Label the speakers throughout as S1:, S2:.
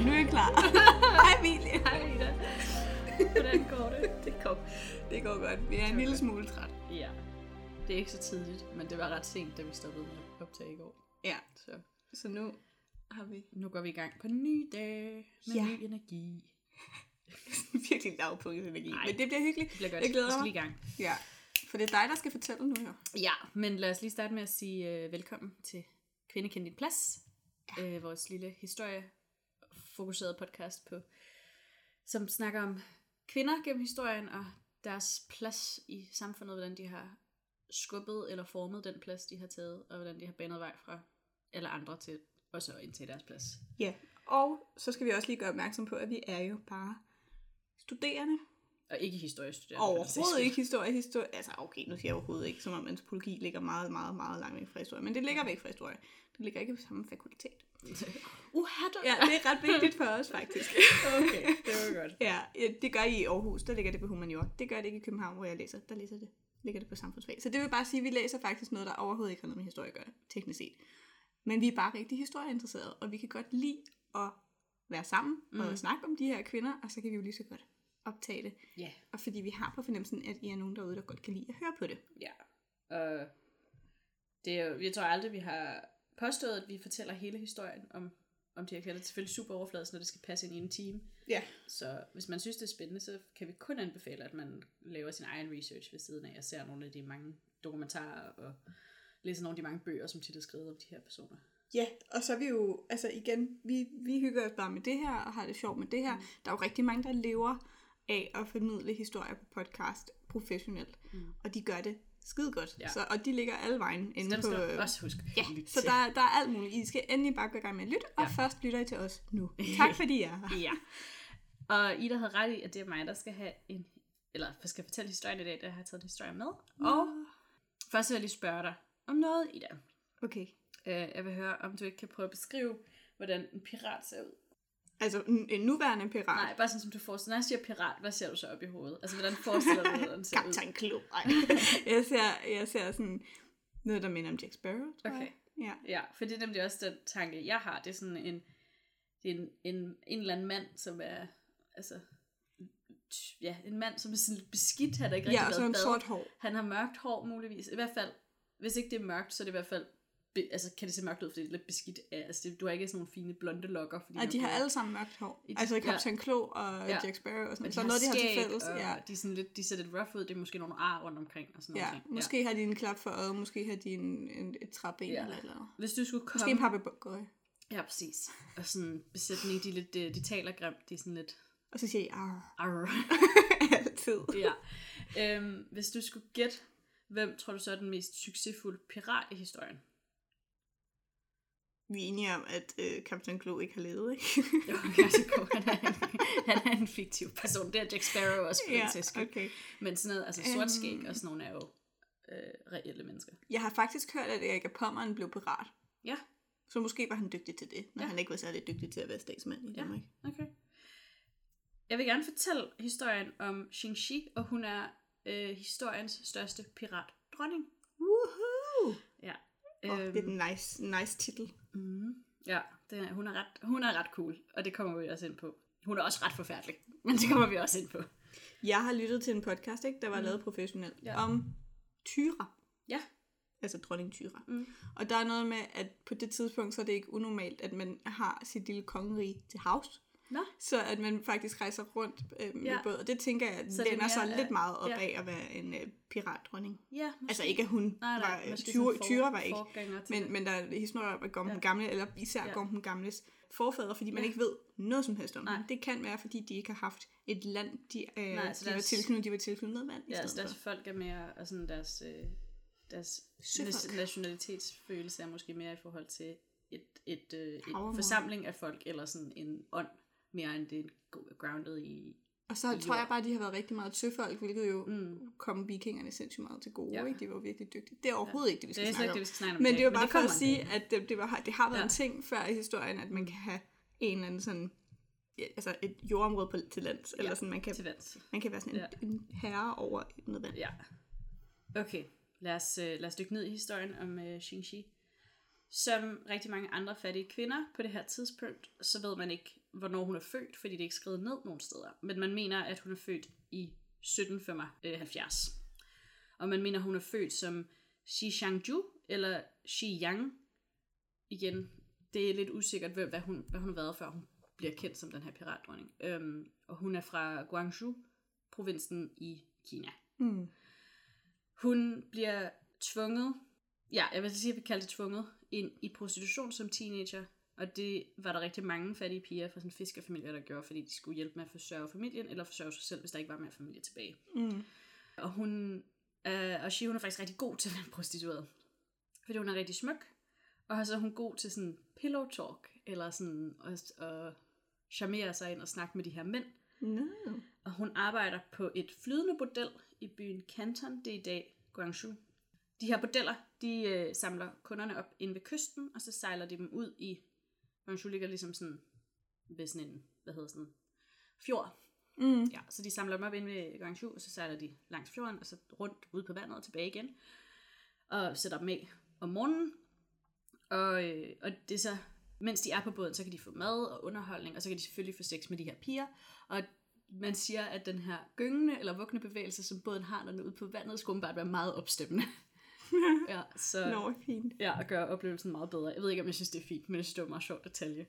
S1: klar. Hej Emilie.
S2: Hej Ida. Hvordan går det? Det går.
S1: Det går godt. Vi er en lille smule træt.
S2: Ja. Det er ikke så tidligt, men det var ret sent, da vi stoppede med at optage i går.
S1: Ja,
S2: Så
S1: så nu har vi
S2: nu går vi i gang på en ny dag med
S1: Ja.
S2: ja. ny energi.
S1: virkelig lavpunktsenergi.
S2: Ej.
S1: Men det bliver hyggeligt.
S2: Det bliver godt.
S1: Jeg glæder
S2: vi skal
S1: mig.
S2: lige i gang.
S1: Ja. For det er dig, der skal fortælle nu her.
S2: Ja, men lad os lige starte med at sige øh, velkommen til Kvinde Kend Din Plads. Ja. Øh, vores lille historiefokuseret podcast, på, som snakker om kvinder gennem historien og deres plads i samfundet, hvordan de har skubbet eller formet den plads, de har taget, og hvordan de har banet vej fra eller andre til og så ind til deres plads.
S1: Ja. Og så skal vi også lige gøre opmærksom på, at vi er jo bare studerende.
S2: Og ikke historiestuderende. for den sags
S1: Overhovedet
S2: skyld.
S1: ikke historie. historie. Altså okay, nu siger jeg overhovedet ikke, som om antropologi ligger meget, meget, meget langt væk fra historie. Men det ligger væk fra historie. Det ligger ikke på samme fakultet.
S2: Uha, du...
S1: Ja, det er ret vigtigt for os faktisk.
S2: okay, det var godt.
S1: Ja, øh, det gør I i Aarhus, der ligger det på humaniora. Det gør det ikke i København, hvor jeg læser. Der læser det. ligger det på samfundsfag. Så det vil bare sige, at vi læser faktisk noget, der overhovedet ikke har noget med historie at gøre, teknisk set. Men vi er bare rigtig historieinteresserede, og vi kan godt lide at være sammen mm. og snakke om de her kvinder, og så kan vi jo lige så godt optage det.
S2: Ja.
S1: Og fordi vi har på fornemmelsen, at I er nogen derude, der godt kan lide at høre på det.
S2: Ja, og det er jo, jeg tror aldrig, vi har påstået, at vi fortæller hele historien om, om de her kvinder. Det er selvfølgelig super overfladisk, når det skal passe ind i en time.
S1: Ja.
S2: Så hvis man synes, det er spændende, så kan vi kun anbefale, at man laver sin egen research ved siden af og ser nogle af de mange dokumentarer og læser nogle af de mange bøger, som tit er skrevet om de her personer.
S1: Ja, og så er vi jo, altså igen, vi, vi hygger os bare med det her, og har det sjovt med det her. Mm. Der er jo rigtig mange, der lever af at formidle historier på podcast professionelt, mm. og de gør det skide godt.
S2: Ja.
S1: Så, og de ligger alle vejen inde
S2: Dem
S1: på...
S2: skal du også huske.
S1: Ja,
S2: at lytte
S1: så
S2: til.
S1: der, der er alt muligt. I skal endelig bare gå i gang med at lytte, og
S2: Ja.
S1: først lytter I til os nu. Tak fordi I er her.
S2: Ja. Og Ida havde ret i, at det er mig, der skal have en... Eller skal fortælle historien i dag, da jeg har taget en historie med.
S1: Mm.
S2: Og først vil jeg lige spørge dig om noget, Ida.
S1: Okay,
S2: Øh, jeg vil høre, om du ikke kan prøve at beskrive, hvordan en pirat ser ud.
S1: altså en en nuværende pirat.
S2: Nej, bare sådan som du forestiller. Når jeg siger pirat, hvad ser du så op i hovedet? Altså, hvordan forestiller du dig, hvordan den ser ud?
S1: Kaptajn Klo. Ej. jeg, ser, jeg ser sådan noget, der minder om Jack Sparrow, tror
S2: Okay.
S1: jeg. Ja.
S2: Ja, for det er nemlig også den tanke, jeg har. Det er sådan en, det er en, en, en eller anden mand, som er, altså, ja, en mand, som er sådan lidt beskidt. Han har ikke rigtig
S1: ja, og så
S2: været
S1: en
S2: badet.
S1: sort hår.
S2: Han har mørkt hår muligvis. I hvert fald, hvis ikke det er mørkt, så er det i hvert fald, be, altså kan det se mørkt ud, fordi det er lidt beskidt. af- Altså, det, du har ikke sådan nogle fine blonde lokker. Fordi
S1: Nej, de har
S2: blonde.
S1: alle sammen mørkt hår.
S2: I de-
S1: Altså
S2: ja.
S1: Captain ja. Klo og
S2: Ja.
S1: ja. Jack Sparrow og
S2: Men
S1: sådan
S2: de
S1: så
S2: har
S1: noget, de har til
S2: skæg,
S1: fælles.
S2: og
S1: Ja.
S2: de, er sådan lidt, de ser lidt rough ud. Det er måske nogle ar rundt omkring og sådan noget.
S1: ja. Måske har de en klap for øjet, måske har de en, en, et træben
S2: Ja.
S1: ja. eller et eller andet.
S2: Hvis du skulle komme...
S1: Måske en papegøje.
S2: Ja, præcis. Og sådan besætning, de, er lidt, øh, de taler grimt. De er sådan lidt...
S1: Og så siger jeg, arr,
S2: Arr.
S1: altid.
S2: ja. Øhm, hvis du skulle gætte, hvem tror du så er den mest succesfulde pirat i historien?
S1: Vi er enige om, at øh, Captain Klo ikke har levet, ikke?
S2: Jo, jeg er så god. Han er, en, han er en fiktiv person. Det er Jack Sparrow også for ja, den sags skyld.
S1: okay.
S2: Men sådan noget, altså sort skæg
S1: Øhm.
S2: og sådan nogle er jo øh, reelle mennesker.
S1: Jeg har faktisk hørt, at Erik af Pommeren blev pirat.
S2: Ja,
S1: Så måske var han dygtig til det, når
S2: Ja.
S1: ja. han ikke var særlig dygtig til at være statsmand i
S2: Ja.
S1: Danmark.
S2: okay. Jeg vil gerne fortælle historien om Xingxi, og hun er øh, historiens største piratdronning.
S1: Woohoo!
S2: Ja.
S1: Oh,
S2: Øhm.
S1: det er en nice, nice titel.
S2: mm, ja, den er, hun, er ret, hun er ret cool, og det kommer vi også ind på. Hun er også ret forfærdelig, men det kommer vi også ind på.
S1: Jeg har lyttet til en podcast, ikke, der var
S2: Mm.
S1: mm. lavet professionelt,
S2: Ja.
S1: ja. om Tyra.
S2: Ja.
S1: Altså dronning Tyra.
S2: Mm.
S1: Og der er noget med, at på det tidspunkt, så er det ikke unormalt, at man har sit lille kongerige til havs.
S2: Nå.
S1: Så at man faktisk rejser rundt øh, med
S2: Ja.
S1: ja. båd. Og det tænker jeg,
S2: Så
S1: så
S2: det er
S1: læner sig
S2: mere,
S1: lidt meget op
S2: ja.
S1: ja. af at være en øh, piratdronning.
S2: Ja, måske.
S1: Altså ikke, at hun
S2: nej, nej,
S1: var... øh,
S2: måske
S1: Tyra,
S2: sådan for-
S1: Tyra var ikke.
S2: forgænger til det.
S1: Men, men der er historier om Gorm
S2: Ja.
S1: ja. den Gamle, eller især
S2: Ja.
S1: ja. Gorm den Gamles forfædre, fordi man
S2: Ja.
S1: ja. ikke ved noget som helst om
S2: Nej.
S1: dem. Det kan være, fordi de ikke har haft et land, de, øh,
S2: Nej,
S1: Nej,
S2: så
S1: de var
S2: deres-
S1: tilknyttet, de var tilknyttet vand i
S2: Ja, altså
S1: stedet
S2: deres
S1: for.
S2: folk er mere, og sådan deres, øh, deres
S1: Søfolk.
S2: nas- nationalitetsfølelse er måske mere i forhold til et, et, øh, et
S1: Havområde.
S2: forsamling af folk, eller sådan en ånd, mere end det er go- grounded i.
S1: Og så tror jeg bare, at de har været rigtig meget søfolk, hvilket jo
S2: Mm.
S1: mm. kom vikingerne sindssygt meget til gode.
S2: Ja.
S1: Ja. Ikke? De var virkelig dygtige. Det er overhovedet ja. ikke det, vi
S2: Det er
S1: skal
S2: slet
S1: snakke
S2: ikke
S1: om.
S2: det, vi skal snakke om. i
S1: Men
S2: dag,
S1: det er jo bare for
S2: kommer
S1: at
S2: en
S1: sige,
S2: dag.
S1: at det, det, var, det har været
S2: Ja. Mm.
S1: ja. en ting før i historien, at man kan have en eller anden sådan ja, altså et jordområde på, til lands,
S2: Ja,
S1: eller sådan, man kan,
S2: Til vands.
S1: man kan være sådan en,
S2: Ja.
S1: ja. en herre over noget vand.
S2: Ja. Okay, lad os, øh, lad os dykke ned i historien om øh, Xingxi. Som rigtig mange andre fattige kvinder på det her tidspunkt, så ved man ikke, hvornår hun er født, fordi det er ikke skrevet ned nogen steder. Men man mener, at hun er født i 1775. Og man mener, hun er født som Xi Shangju eller Xi Yang. Igen, det er lidt usikkert, hvad hvad hun, hvad hun har været, før hun bliver kendt som den her piratdronning. Øhm, og hun er fra Guangzhou, provinsen i Kina.
S1: Mm.
S2: Hun bliver tvunget, ja, jeg vil sige, at vi kalder det tvunget, ind i prostitution som teenager. Og det var der rigtig mange fattige piger fra sådan fiskerfamilier, der gjorde, fordi de skulle hjælpe med at forsørge familien, eller forsørge sig selv, hvis der ikke var mere familie tilbage.
S1: Mm.
S2: Og hun, øh, og Shi, hun er faktisk rigtig god til at være prostitueret. Fordi hun er rigtig smuk, og så er hun god til sådan pillow talk, eller sådan at, at charmere sig ind og snakke med de her mænd.
S1: No.
S2: Og hun arbejder på et flydende bordel i byen Canton, det er i dag Guangzhou. De her bordeller, de øh, samler kunderne op inde ved kysten, og så sejler de dem ud i... Guangzhou ligger ligesom sådan ved sådan en, hvad hedder sådan en, fjord.
S1: Mm.
S2: Ja, så de samler dem op inde ved Guangzhou, og så sejler de langs fjorden, og så rundt ud på vandet og tilbage igen. Og sætter dem af om morgenen. Og, øh, og det er så, mens de er på båden, så kan de få mad og underholdning, og så kan de selvfølgelig få sex med de her piger. Og man siger, at den her gyngende eller vugne bevægelse, som båden har, når den er ude på vandet, skulle bare være meget opstemmende. ja, så
S1: Nå, fint.
S2: ja, og gøre oplevelsen meget bedre. Jeg ved ikke, om jeg synes, det er fint, men jeg synes, det var en meget sjovt detalje,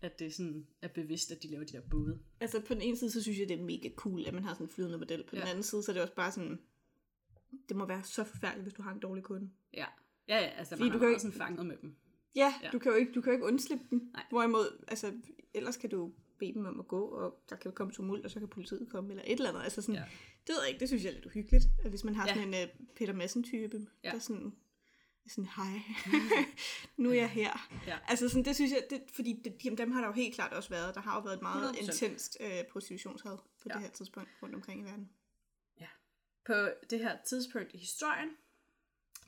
S2: at det sådan er bevidst, at de laver de der både.
S1: Altså på den ene side, så synes jeg, det er mega cool, at man har sådan en flydende model. På ja. den
S2: Ja.
S1: anden side, så er det også bare sådan, det må være så forfærdeligt, hvis du har en dårlig kunde.
S2: Ja, ja, ja altså
S1: Fordi
S2: man
S1: du
S2: du
S1: kan
S2: har
S1: jo
S2: også sådan fanget med dem.
S1: Ja,
S2: Ja.
S1: ja. Du, kan jo ikke, du kan jo ikke undslippe den.
S2: Nej.
S1: Hvorimod, altså, ellers kan du bede dem om at gå, og der kan komme tumult, og så kan politiet komme, eller et eller andet. Altså sådan,
S2: Ja.
S1: ja. Det ved jeg ikke, det synes jeg er lidt uhyggeligt, at hvis man har
S2: Ja.
S1: sådan en uh, Peter Madsen-type,
S2: Ja. Mm.
S1: ja. der sådan, sådan, hej, nu er jeg her.
S2: Ja.
S1: Altså sådan, det synes jeg, det, fordi det, jamen, dem har der jo helt klart også været. Der har jo været et meget
S2: 100%.
S1: intenst uh, prostitutionshad på
S2: Ja.
S1: ja. det her tidspunkt rundt omkring i verden.
S2: På det her tidspunkt i historien,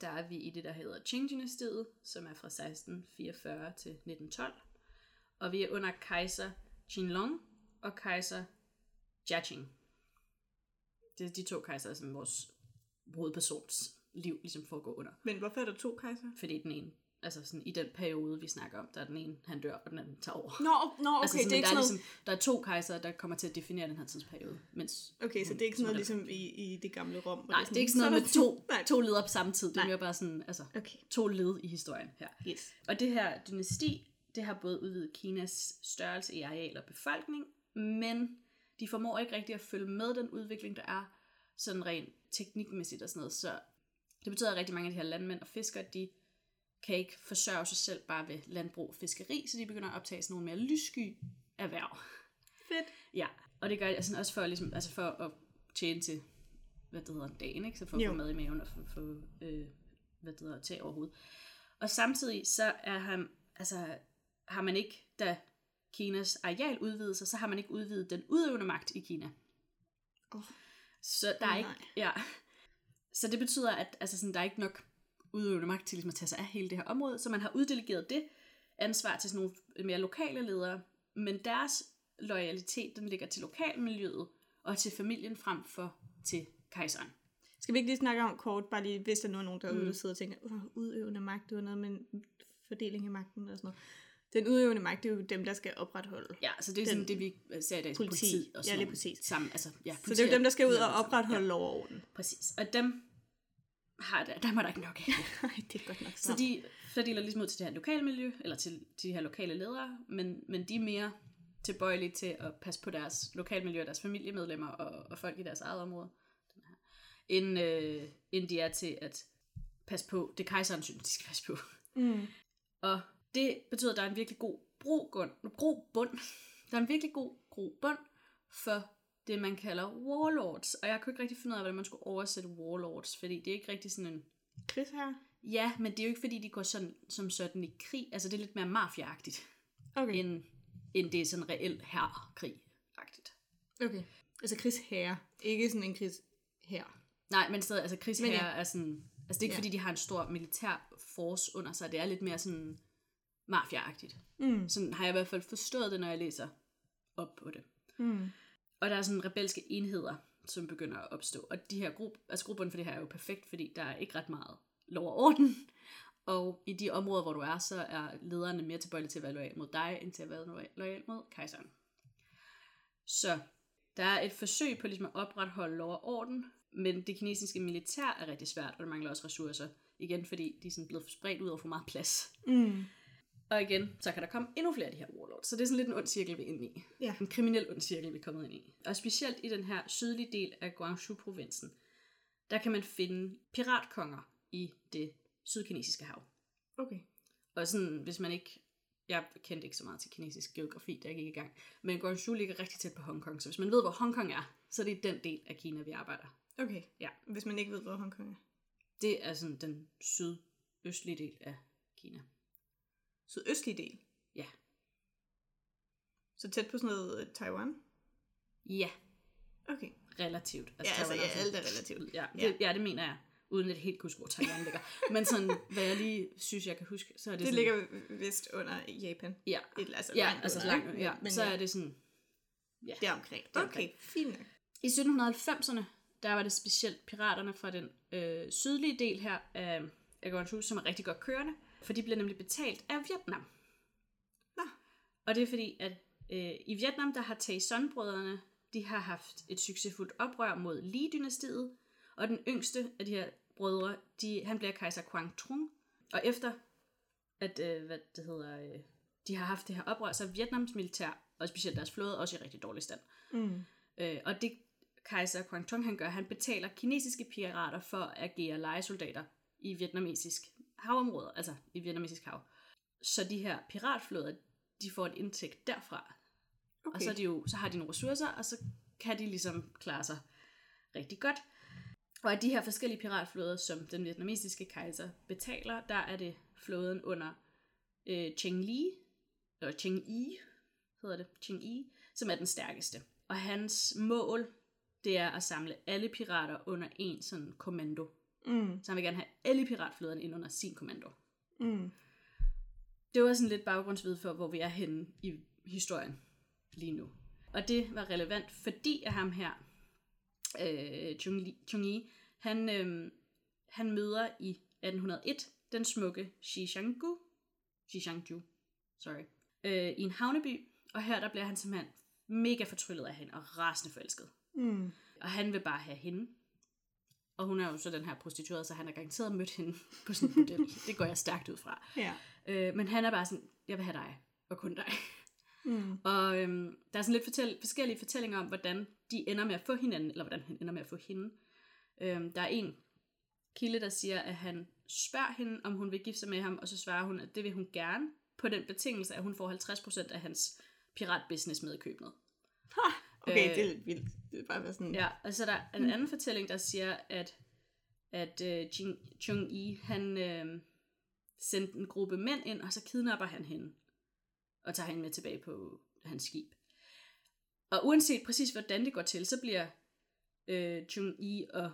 S2: der er vi i det, der hedder Qing-dynastiet, som er fra 1644 til 1912. Og vi er under kejser Qinlong og kejser Jiaqing. Det er de to kejser, som vores hovedpersons liv ligesom foregår under.
S1: Men hvorfor er der to kejser?
S2: Fordi den ene, altså sådan i den periode, vi snakker om, der er den ene, han dør, og den anden tager over.
S1: Nå, nå okay,
S2: altså,
S1: altså, det er
S2: der,
S1: ikke sådan
S2: er
S1: noget,
S2: ligesom, der er to kejser, der kommer til at definere den her tidsperiode. Mens
S1: Okay, så
S2: hun-
S1: det er ikke sådan noget
S2: som
S1: ligesom i, i det gamle Rom? hvor
S2: Nej, det er ikke sådan noget med
S1: så er der
S2: to,
S1: Nej,
S2: to ledere på samme tid. Det er
S1: Nej.
S2: mere bare sådan, altså,
S1: Okay,
S2: to led i historien her.
S1: yes.
S2: Og det her dynasti, det har både udvidet Kinas størrelse i areal og befolkning, men de formår ikke rigtig at følge med den udvikling, der er sådan rent teknikmæssigt og sådan noget. Så det betyder, at rigtig mange af de her landmænd og fiskere, de kan ikke forsørge sig selv bare ved landbrug og fiskeri, så de begynder at optage sådan nogle mere lyssky erhverv.
S1: Fedt.
S2: Ja, og det gør jeg sådan også for, ligesom, altså for at tjene til, hvad det hedder, dagen, ikke? Så for at
S1: Jo.
S2: få mad i maven og få, få øh, hvad det hedder, tag over hovedet. Og samtidig så er han, altså, har man ikke, da Kinas areal udvidede sig, så har man ikke udvidet den udøvende magt i Kina.
S1: Åh.
S2: Så der er
S1: Åh,
S2: ikke,
S1: nej.
S2: ja. Så det betyder, at altså sådan, der er ikke nok udøvende magt til ligesom, at tage sig af hele det her område, så man har uddelegeret det ansvar til sådan nogle mere lokale ledere, men deres loyalitet, den ligger til lokalmiljøet og til familien frem for til kejseren.
S1: Skal vi ikke lige snakke om kort, bare lige, hvis der nu er nogen derude, der sidder og tænker, "Åh, udøvende magt, det var noget med en fordeling af magten og sådan noget. Den udøvende magt, det er jo dem, der skal opretholde.
S2: Ja, så det er sådan det, vi ser i dag som
S1: Politi.
S2: politi
S1: Ja,
S2: og sådan
S1: lige
S2: nogle
S1: præcis.
S2: Sammen, altså, ja,
S1: Så det er jo dem, der skal ud og
S2: Ja,
S1: opretholde lov og orden.
S2: Præcis, og dem har der, dem er der ikke nok af.
S1: Nej, det er godt nok
S2: Så de fordeler ligesom ud til det her lokale miljø, eller til, til de her lokale ledere, men, men de er mere tilbøjelige til at passe på deres lokalmiljø og deres familiemedlemmer og, og folk i deres eget område, den her, end, øh, end de er til at passe på det kejseren synes, de skal passe på.
S1: Mm.
S2: Og det betyder, at der er en virkelig god grobund, grobund. Der er en virkelig god grobund for det, man kalder warlords. Og jeg kunne ikke rigtig finde ud af, hvordan man skulle oversætte warlords, fordi det er ikke rigtig sådan en
S1: Chris her.
S2: Ja, men det er jo ikke fordi, de går sådan, som sådan i krig. Altså, det er lidt mere mafiagtigt,
S1: Okay.
S2: end, end det er sådan reelt herrekrig-agtigt.
S1: okay. Altså Chris herre. Ikke sådan en Chris her.
S2: Nej, men stadig, altså krigsherrer
S1: Men
S2: ja.
S1: ja.
S2: er sådan... Altså, det er ikke ja.
S1: Ja.
S2: fordi, de har en stor militær force under sig. Det er lidt mere sådan mafiagtigt.
S1: Mm.
S2: Sådan har jeg i hvert fald forstået det, når jeg læser op på det.
S1: Mm.
S2: Og der er sådan rebelske enheder, som begynder at opstå. Og de her grup, altså grupperne for det her er jo perfekt, fordi der er ikke ret meget lov og orden. Og i de områder, hvor du er, så er lederne mere tilbøjelige til at være lojal mod dig, end til at være lo- lojal mod kejseren. Så der er et forsøg på ligesom at opretholde lov og orden, men det kinesiske militær er rigtig svært, og der mangler også ressourcer. Igen, fordi de er sådan blevet spredt ud over for meget plads.
S1: Mm.
S2: Og igen, så kan der komme endnu flere af de her warlords. Så det er sådan lidt en ond cirkel, vi er inde i.
S1: Ja.
S2: En kriminel ond cirkel, vi er kommet ind i. Og specielt i den her sydlige del af guangzhou provinsen der kan man finde piratkonger i det sydkinesiske hav.
S1: Okay.
S2: Og sådan, hvis man ikke... Jeg kendte ikke så meget til kinesisk geografi, da jeg gik i gang. Men Guangzhou ligger rigtig tæt på Hongkong, så hvis man ved, hvor Hongkong er, så er det den del af Kina, vi arbejder.
S1: Okay.
S2: Ja.
S1: Hvis man ikke ved, hvor Hongkong er.
S2: Det er sådan den sydøstlige del af Kina.
S1: Sydøstlig del.
S2: Ja.
S1: Så tæt på sådan noget øh, Taiwan.
S2: Ja,
S1: Okay.
S2: relativt.
S1: Ja, altså,
S2: Taiwan er
S1: ja,
S2: sådan-
S1: alt er relativt.
S2: Ja,
S1: Ja.
S2: det, ja. det mener jeg. Uden at helt kunne huske, hvor Taiwan ligger. Men sådan, hvad jeg lige synes, jeg kan huske, så er det,
S1: Det
S2: sådan,
S1: ligger vist under Japan.
S2: Ja,
S1: Et, altså,
S2: ja
S1: langt
S2: altså
S1: under,
S2: langt.
S1: ikke?
S2: Ja.
S1: Men
S2: så er det sådan,
S1: det er omkring.
S2: Det er
S1: Okay, fint nok.
S2: I 1790'erne, der var det specielt piraterne fra den øh, sydlige del her af, af Guangzhou, som er rigtig godt kørende, for de bliver nemlig betalt af Vietnam.
S1: Nå.
S2: Og det er fordi, at øh, i Vietnam, der har Taizon-brødrene, de har haft et succesfuldt oprør mod Li-dynastiet, og den yngste af de her brødre, de, han bliver kejser Quang Trung. Og efter, at øh, hvad det hedder, øh, de har haft det her oprør, så er Vietnams militær, og specielt deres flåde, også i rigtig dårlig stand.
S1: Mm.
S2: Øh, og det kejser Quang Trung han gør, han betaler kinesiske pirater for at agere lejesoldater i vietnamesisk havområde, altså i vietnamesisk hav. Så de her piratflåder, de får en indtægt derfra.
S1: Okay.
S2: Okay. Og så, er de jo, så har de nogle ressourcer, og så kan de ligesom klare sig rigtig godt. Og af de her forskellige piratflåder, som den vietnamesiske kejser betaler, der er det flåden under øh, Cheng Li, eller Cheng Yi, hedder det, Cheng Yi, som er den stærkeste. Og hans mål, det er at samle alle pirater under en sådan kommando.
S1: Mm.
S2: Så han vil gerne have alle piratflåderne ind under sin kommando.
S1: Mm.
S2: Det var sådan lidt baggrundsviden for, hvor vi er henne i historien lige nu. Og det var relevant, fordi at ham her, øh, Chung Li- Chung Yi, han, øh, han møder i 1801 den smukke Xishanggu, Xishangju, sorry, øh, i en havneby, og her der bliver han simpelthen mega fortryllet af hende og rasende forelsket.
S1: Mm.
S2: Og han vil bare have hende. Og hun er jo så den her prostituerede, så han har garanteret mødt hende på sådan en model. Det går jeg stærkt ud fra.
S1: Ja.
S2: Øh, men han er bare sådan, jeg vil have dig, og kun dig.
S1: Mm.
S2: Og øhm, der er sådan lidt fortæl- forskellige fortællinger om, hvordan de ender med at få hinanden, eller hvordan han ender med at få hende. Øhm, der er en kilde, der siger, at han spørger hende, om hun vil gifte sig med ham, og så svarer hun, at det vil hun gerne, på den betingelse, at hun får 50% af hans piratbusiness med i købet.
S1: Okay,
S2: Øh.
S1: det er lidt vildt. Det er bare være sådan...
S2: Ja, og så er der en anden fortælling, der siger, at, at øh, Jing, Chung Yi, han øh, sendte en gruppe mænd ind, og så kidnapper han hende, og tager hende med tilbage på hans skib. Og uanset præcis, hvordan det går til, så bliver øh, Chung Yi og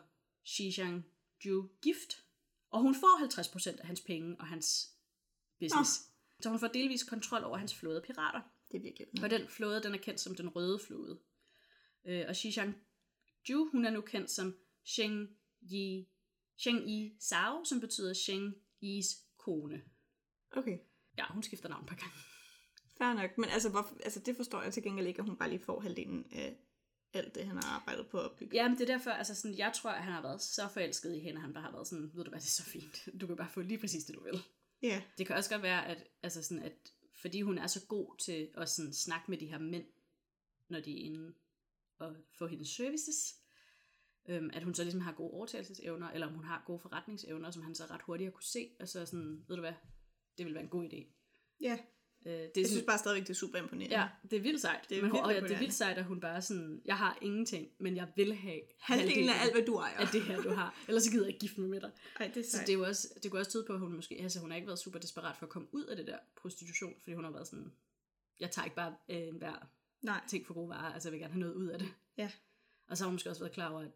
S2: Xi Zhang Ju gift, og hun får 50% af hans penge og hans business. Oh. Så hun får delvis kontrol over hans flåde af pirater.
S1: Det er virkelig
S2: Og den flåde, den er kendt som den røde flåde. Øh, og Xishang Ju, hun er nu kendt som Sheng Yi, Sheng Yi Sao, som betyder Sheng Yis kone.
S1: Okay,
S2: Ja, hun skifter navn et par gange.
S1: fair nok. Men altså, hvorfor, altså, det forstår jeg til gengæld ikke, at hun bare lige får halvdelen af alt det, han har arbejdet på at opbygge.
S2: Ja, men det er derfor, altså sådan, jeg tror, at han har været så forelsket i hende, at han bare har været sådan, ved du hvad, det er så fint. Du kan bare få lige præcis det, du vil.
S1: Ja.
S2: Det kan også godt være, at, altså sådan, at fordi hun er så god til at sådan, snakke med de her mænd, når de er inde og få hendes services, øhm, at hun så ligesom har gode overtagelsesevner, eller om hun har gode forretningsevner, som han så ret hurtigt har kunne se, og så er sådan, ved du hvad, det vil være en god idé.
S1: ja.
S2: Øh, det er
S1: Jeg
S2: sådan-
S1: synes bare stadigvæk, det er super imponerende.
S2: Ja, det er vildt sejt.
S1: Det er
S2: men hun,
S1: vildt
S2: og ja, det er
S1: imponerende.
S2: vildt sejt, at hun bare er sådan, jeg har ingenting, men jeg vil have
S1: Halvdelen af alt, hvad du ejer.
S2: af det her, du har. Ellers så gider jeg ikke gifte mig med dig.
S1: Ej, det er
S2: Så
S1: sejt.
S2: det, er jo også, det kunne også tyde på, at hun måske, altså hun har ikke været super desperat for at komme ud af det der prostitution, fordi hun har været sådan, jeg tager ikke bare øh, en hver
S1: Nej.
S2: ting for gode varer, altså jeg vil gerne have noget ud af det.
S1: Ja.
S2: Og så har hun måske også været klar over, at,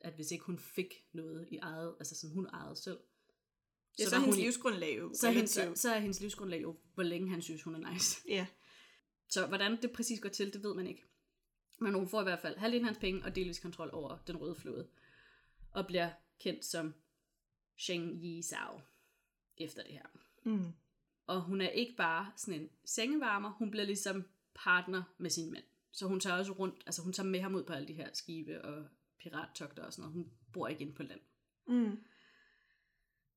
S2: at hvis ikke hun fik noget i eget, altså som hun ejede selv,
S1: Ja, så,
S2: var
S1: er hendes
S2: hun i-
S1: livsgrundlag jo
S2: så, er hendes, så,
S1: relativt-
S2: så er hendes livsgrundlag jo, hvor længe han synes, hun er nice.
S1: Ja.
S2: Så hvordan det præcis går til, det ved man ikke. Men hun får i hvert fald halvdelen af hans penge og delvis kontrol over den røde flåde. Og bliver kendt som Sheng Yi Zhao. efter det her.
S1: Mm.
S2: Og hun er ikke bare sådan en sengevarmer, hun bliver ligesom partner med sin mand. Så hun tager også rundt, altså hun tager med ham ud på alle de her skibe og pirattogter og sådan noget. Hun bor ikke inde på land.
S1: Mm.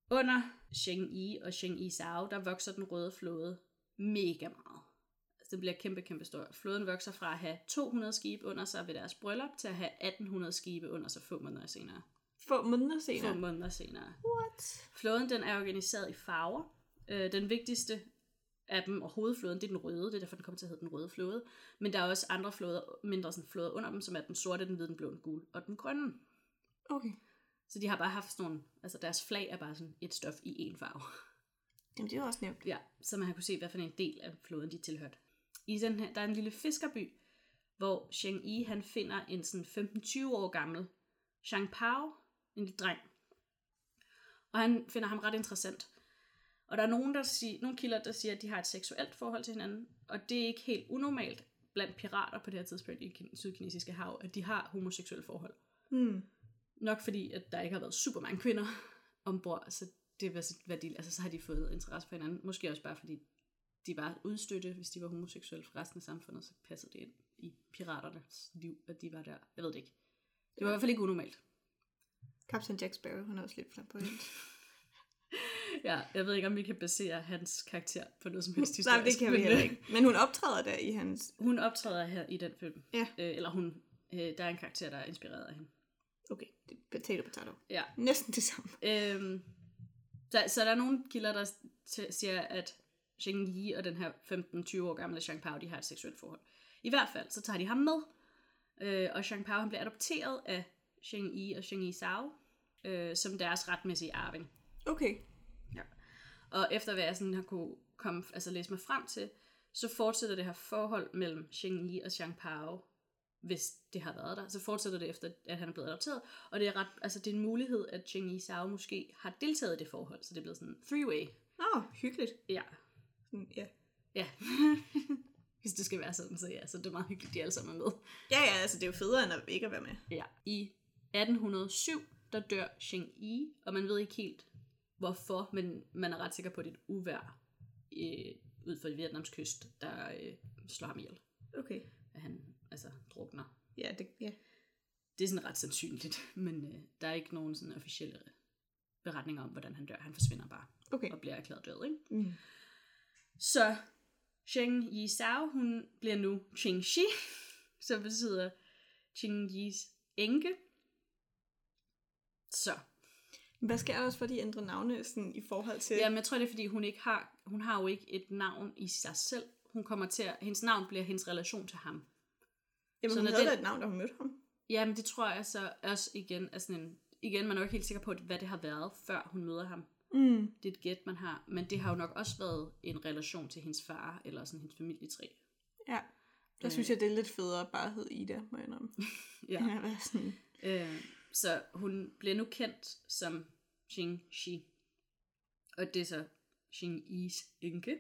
S2: Under Sheng Yi og Sheng Yi Zhao, der vokser den røde flåde mega meget. Altså, den bliver kæmpe, kæmpe stor. Flåden vokser fra at have 200 skibe under sig ved deres bryllup, til at have 1800 skibe under sig få måneder senere.
S1: Få måneder
S2: Få
S1: senere.
S2: måneder senere.
S1: What?
S2: Flåden den er organiseret i farver. Øh, den vigtigste af dem, og hovedflåden, det er den røde. Det er derfor, den kommer til at hedde den røde flåde. Men der er også andre flåder, mindre sådan flåder under dem, som er den sorte, den hvide, den blå, den gule og den grønne.
S1: Okay.
S2: Så de har bare haft sådan nogle, altså deres flag er bare sådan et stof i en farve.
S1: Jamen, det er jo også nemt.
S2: Øhm, Ja, så man har kunne se, hvad for en del af floden de tilhørte. I den her, der er en lille fiskerby, hvor Sheng Yi han finder en sådan 15-20 år gammel Shang Pao, en lille dreng. Og han finder ham ret interessant. Og der er nogen, der siger, nogle kilder, der siger, at de har et seksuelt forhold til hinanden, og det er ikke helt unormalt blandt pirater på det her tidspunkt i det sydkinesiske hav, at de har homoseksuelle forhold.
S1: Mm.
S2: Nok fordi, at der ikke har været super mange kvinder ombord, så det var sit værdi. Altså, så har de fået interesse for hinanden. Måske også bare fordi, de var udstøtte, hvis de var homoseksuelle fra resten af samfundet, så passede det ind i piraternes liv, at de var der. Jeg ved det ikke. Det var i hvert fald ikke unormalt.
S1: Captain Jack Sparrow, han er også lidt flamboyant.
S2: Ja, jeg ved ikke, om vi kan basere hans karakter på noget som helst
S1: Nej,
S2: historisk.
S1: det kan vi
S2: men,
S1: heller
S2: øh,
S1: ikke. Men hun optræder der i hans...
S2: Hun optræder her i den film.
S1: Ja.
S2: Øh, eller hun, øh, der er en karakter, der er inspireret af hende.
S1: Okay, det er potato potato.
S2: Ja.
S1: Næsten det samme.
S2: Øhm, så, så der er nogle kilder, der t- siger, at Sheng Yi og den her 15-20 år gamle Shang Pao, de har et seksuelt forhold. I hvert fald, så tager de ham med. Øh, og Shang Pao, han bliver adopteret af Sheng Yi og Sheng Yi Sao, øh, som deres retmæssige arving.
S1: Okay.
S2: Og efter hvad jeg sådan har kunne komme, altså læse mig frem til, så fortsætter det her forhold mellem Sheng Yi og Shang Pao, hvis det har været der, så fortsætter det efter, at han er blevet adopteret. Og det er, ret, altså det er en mulighed, at Sheng Yi Sao måske har deltaget i det forhold, så det er blevet sådan en three-way.
S1: Nå, oh, hyggeligt.
S2: Ja.
S1: Mm, Ja.
S2: Ja. hvis det skal være sådan, så ja, så det er meget hyggeligt, de alle sammen er med.
S1: ja, ja, altså det er jo federe end at ikke at være med.
S2: Ja. I 1807, der dør Sheng Yi, og man ved ikke helt hvorfor, men man er ret sikker på, at det er et uvær øh, ud for Vietnams kyst, der øh, slår ham ihjel.
S1: Okay.
S2: At han altså drukner.
S1: Ja, det, ja.
S2: Det er sådan ret sandsynligt, men øh, der er ikke nogen sådan officielle øh, beretninger om, hvordan han dør. Han forsvinder bare
S1: Okay.
S2: og bliver erklæret død, ikke?
S1: Mm.
S2: Så Cheng Yi Sao, hun bliver nu Cheng Shi, som betyder Cheng Yis enke. Så.
S1: Hvad sker der også for de ændrer navne sådan, i forhold til...
S2: Jamen, jeg tror, det er, fordi hun, ikke har, hun har jo ikke et navn i sig selv. Hun kommer til at, hendes navn bliver hendes relation til ham.
S1: Jamen,
S2: så
S1: hun
S2: når
S1: havde
S2: den-
S1: da et navn, da hun mødte ham.
S2: Jamen, det tror jeg så også igen er sådan en... Igen, man er jo ikke helt sikker på, hvad det har været, før hun møder ham.
S1: Mm.
S2: Det er et gæt, man har. Men det har jo nok også været en relation til hendes far, eller sådan hendes familietræ.
S1: Ja. Der synes jeg, det er lidt federe bare at hedde Ida, må jeg indrømme.
S2: Ja.
S1: Øh. Ja. hvad sådan...
S2: Øh, så hun bliver nu kendt som Xing Shi. Og det er så Xing Yis enke.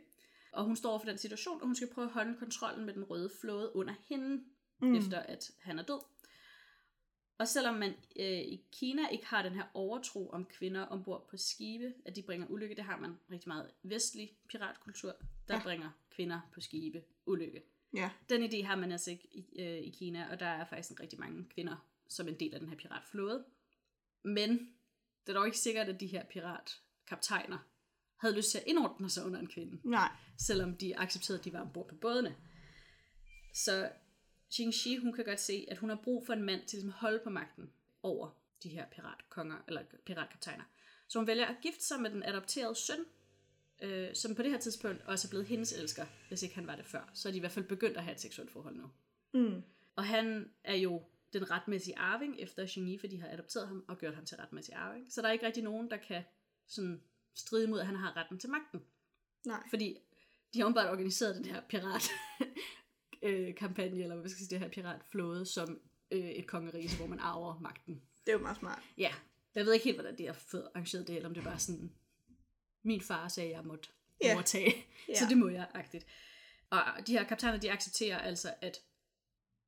S2: Og hun står over for den situation, og hun skal prøve at holde kontrollen med den røde flåde under hende, mm. efter at han er død. Og selvom man øh, i Kina ikke har den her overtro om kvinder ombord på skibe, at de bringer ulykke, det har man rigtig meget vestlig piratkultur, der
S1: Ja.
S2: ja. bringer kvinder på skibe ulykke.
S1: Ja.
S2: Den idé har man altså ikke i, øh, i Kina, og der er faktisk en rigtig mange kvinder som en del af den her piratflåde. Men det er dog ikke sikkert, at de her piratkaptajner havde lyst til at indordne sig under en kvinde
S1: Nej.
S2: selvom de accepterede, at de var ombord på bådene. Så Xing Shi, hun kan godt se, at hun har brug for en mand til ligesom at holde på magten over de her piratkonger, eller piratkaptajner. Så hun vælger at gifte sig med den adopterede søn, øh, som på det her tidspunkt også er blevet hendes elsker, hvis ikke han var det før. Så er de i hvert fald begyndt at have et seksuelt forhold nu.
S1: Mm.
S2: Og han er jo den retmæssige arving efter Genie, fordi de har adopteret ham og gjort ham til retmæssig arving. Så der er ikke rigtig nogen, der kan sådan stride imod, at han har retten til magten.
S1: Nej.
S2: Fordi de har åbenbart organiseret den her pirat øh, kampagne, eller hvad skal jeg sige, det her piratflåde, som øh, et kongerige, hvor man arver magten.
S1: Det er jo meget smart.
S2: Ja, jeg ved ikke helt, hvordan det har fået arrangeret det, eller om det var sådan, min far sagde, at jeg måtte
S1: Ja.
S2: yeah. overtage, yeah. så
S1: Ja.
S2: det må jeg, agtigt. Og de her kaptajner, de accepterer altså, at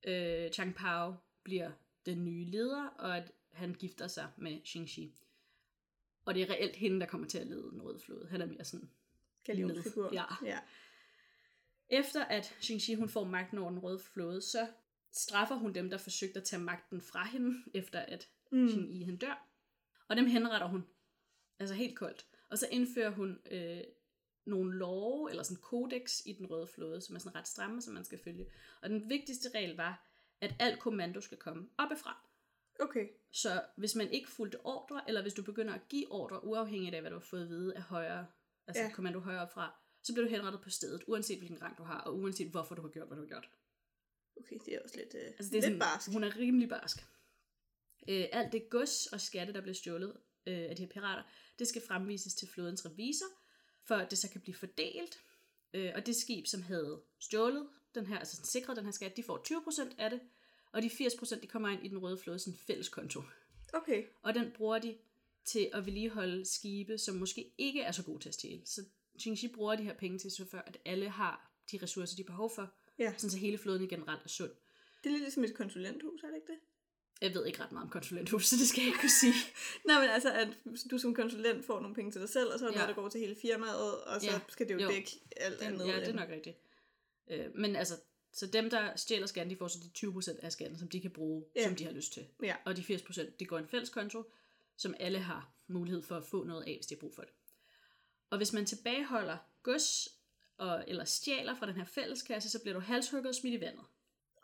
S2: øh, Chang Pao bliver den nye leder, og at han gifter sig med Xing Shi. Og det er reelt hende, der kommer til at lede den røde flåde. Han er mere sådan...
S1: Galionsfigur.
S2: Ja.
S1: ja.
S2: Efter at Xingxi hun får magten over den røde flåde, så straffer hun dem, der forsøgte at tage magten fra hende, efter at mm.
S1: Mm.
S2: Xing han dør. Og dem henretter hun. Altså helt koldt. Og så indfører hun øh, nogle love, eller sådan kodex i den røde flåde, som er sådan ret stramme, som man skal følge. Og den vigtigste regel var, at al kommando skal komme oppefra.
S1: Okay.
S2: Så hvis man ikke fulgte ordre, eller hvis du begynder at give ordre, uafhængigt af hvad du har fået at vide af højere, altså ja.
S1: Ja.
S2: kommando højere op fra, så bliver du henrettet på stedet, uanset hvilken rang du har, og uanset hvorfor du har gjort, hvad du har gjort.
S1: Okay, det er også lidt, øh,
S2: Altså, det er
S1: lidt
S2: sådan,
S1: barsk.
S2: Hun er rimelig barsk. Øh, alt det gods og skatte, der bliver stjålet øh, af de her pirater, det skal fremvises til flådens revisor, for at det så kan blive fordelt. Øh, og det skib, som havde stjålet den her, altså sikret den her skat, de får 20% af det, og de 80% de kommer ind i den røde flådes sådan fælles konto.
S1: Okay.
S2: Og den bruger de til at vedligeholde skibe, som måske ikke er så gode til at stjæle. Så Qingxi bruger de her penge til så før, at alle har de ressourcer, de har behov for,
S1: Ja.
S2: sådan så hele flåden generelt er sund.
S1: Det er lidt ligesom et konsulenthus, er det ikke det?
S2: Jeg ved ikke ret meget om konsulenthus, så det skal jeg ikke kunne sige.
S1: Nej, men altså, at du som konsulent får nogle penge til dig selv, og så er der
S2: Ja.
S1: noget, der går til hele firmaet, og så
S2: Ja.
S1: skal det jo,
S2: Jo.
S1: dække alt
S2: Den,
S1: andet.
S2: ja, det er
S1: end-
S2: nok rigtigt. Øh, men altså, så dem, der stjæler skatten, de får så de 20% af skatten, som de kan bruge,
S1: Ja.
S2: som de har lyst til.
S1: Ja.
S2: Og de 80%, det går i en fælles konto, som alle har mulighed for at få noget af, hvis de har brug for det. Og hvis man tilbageholder gods, og, eller stjæler fra den her fælleskasse, så bliver du halshugget og smidt i vandet.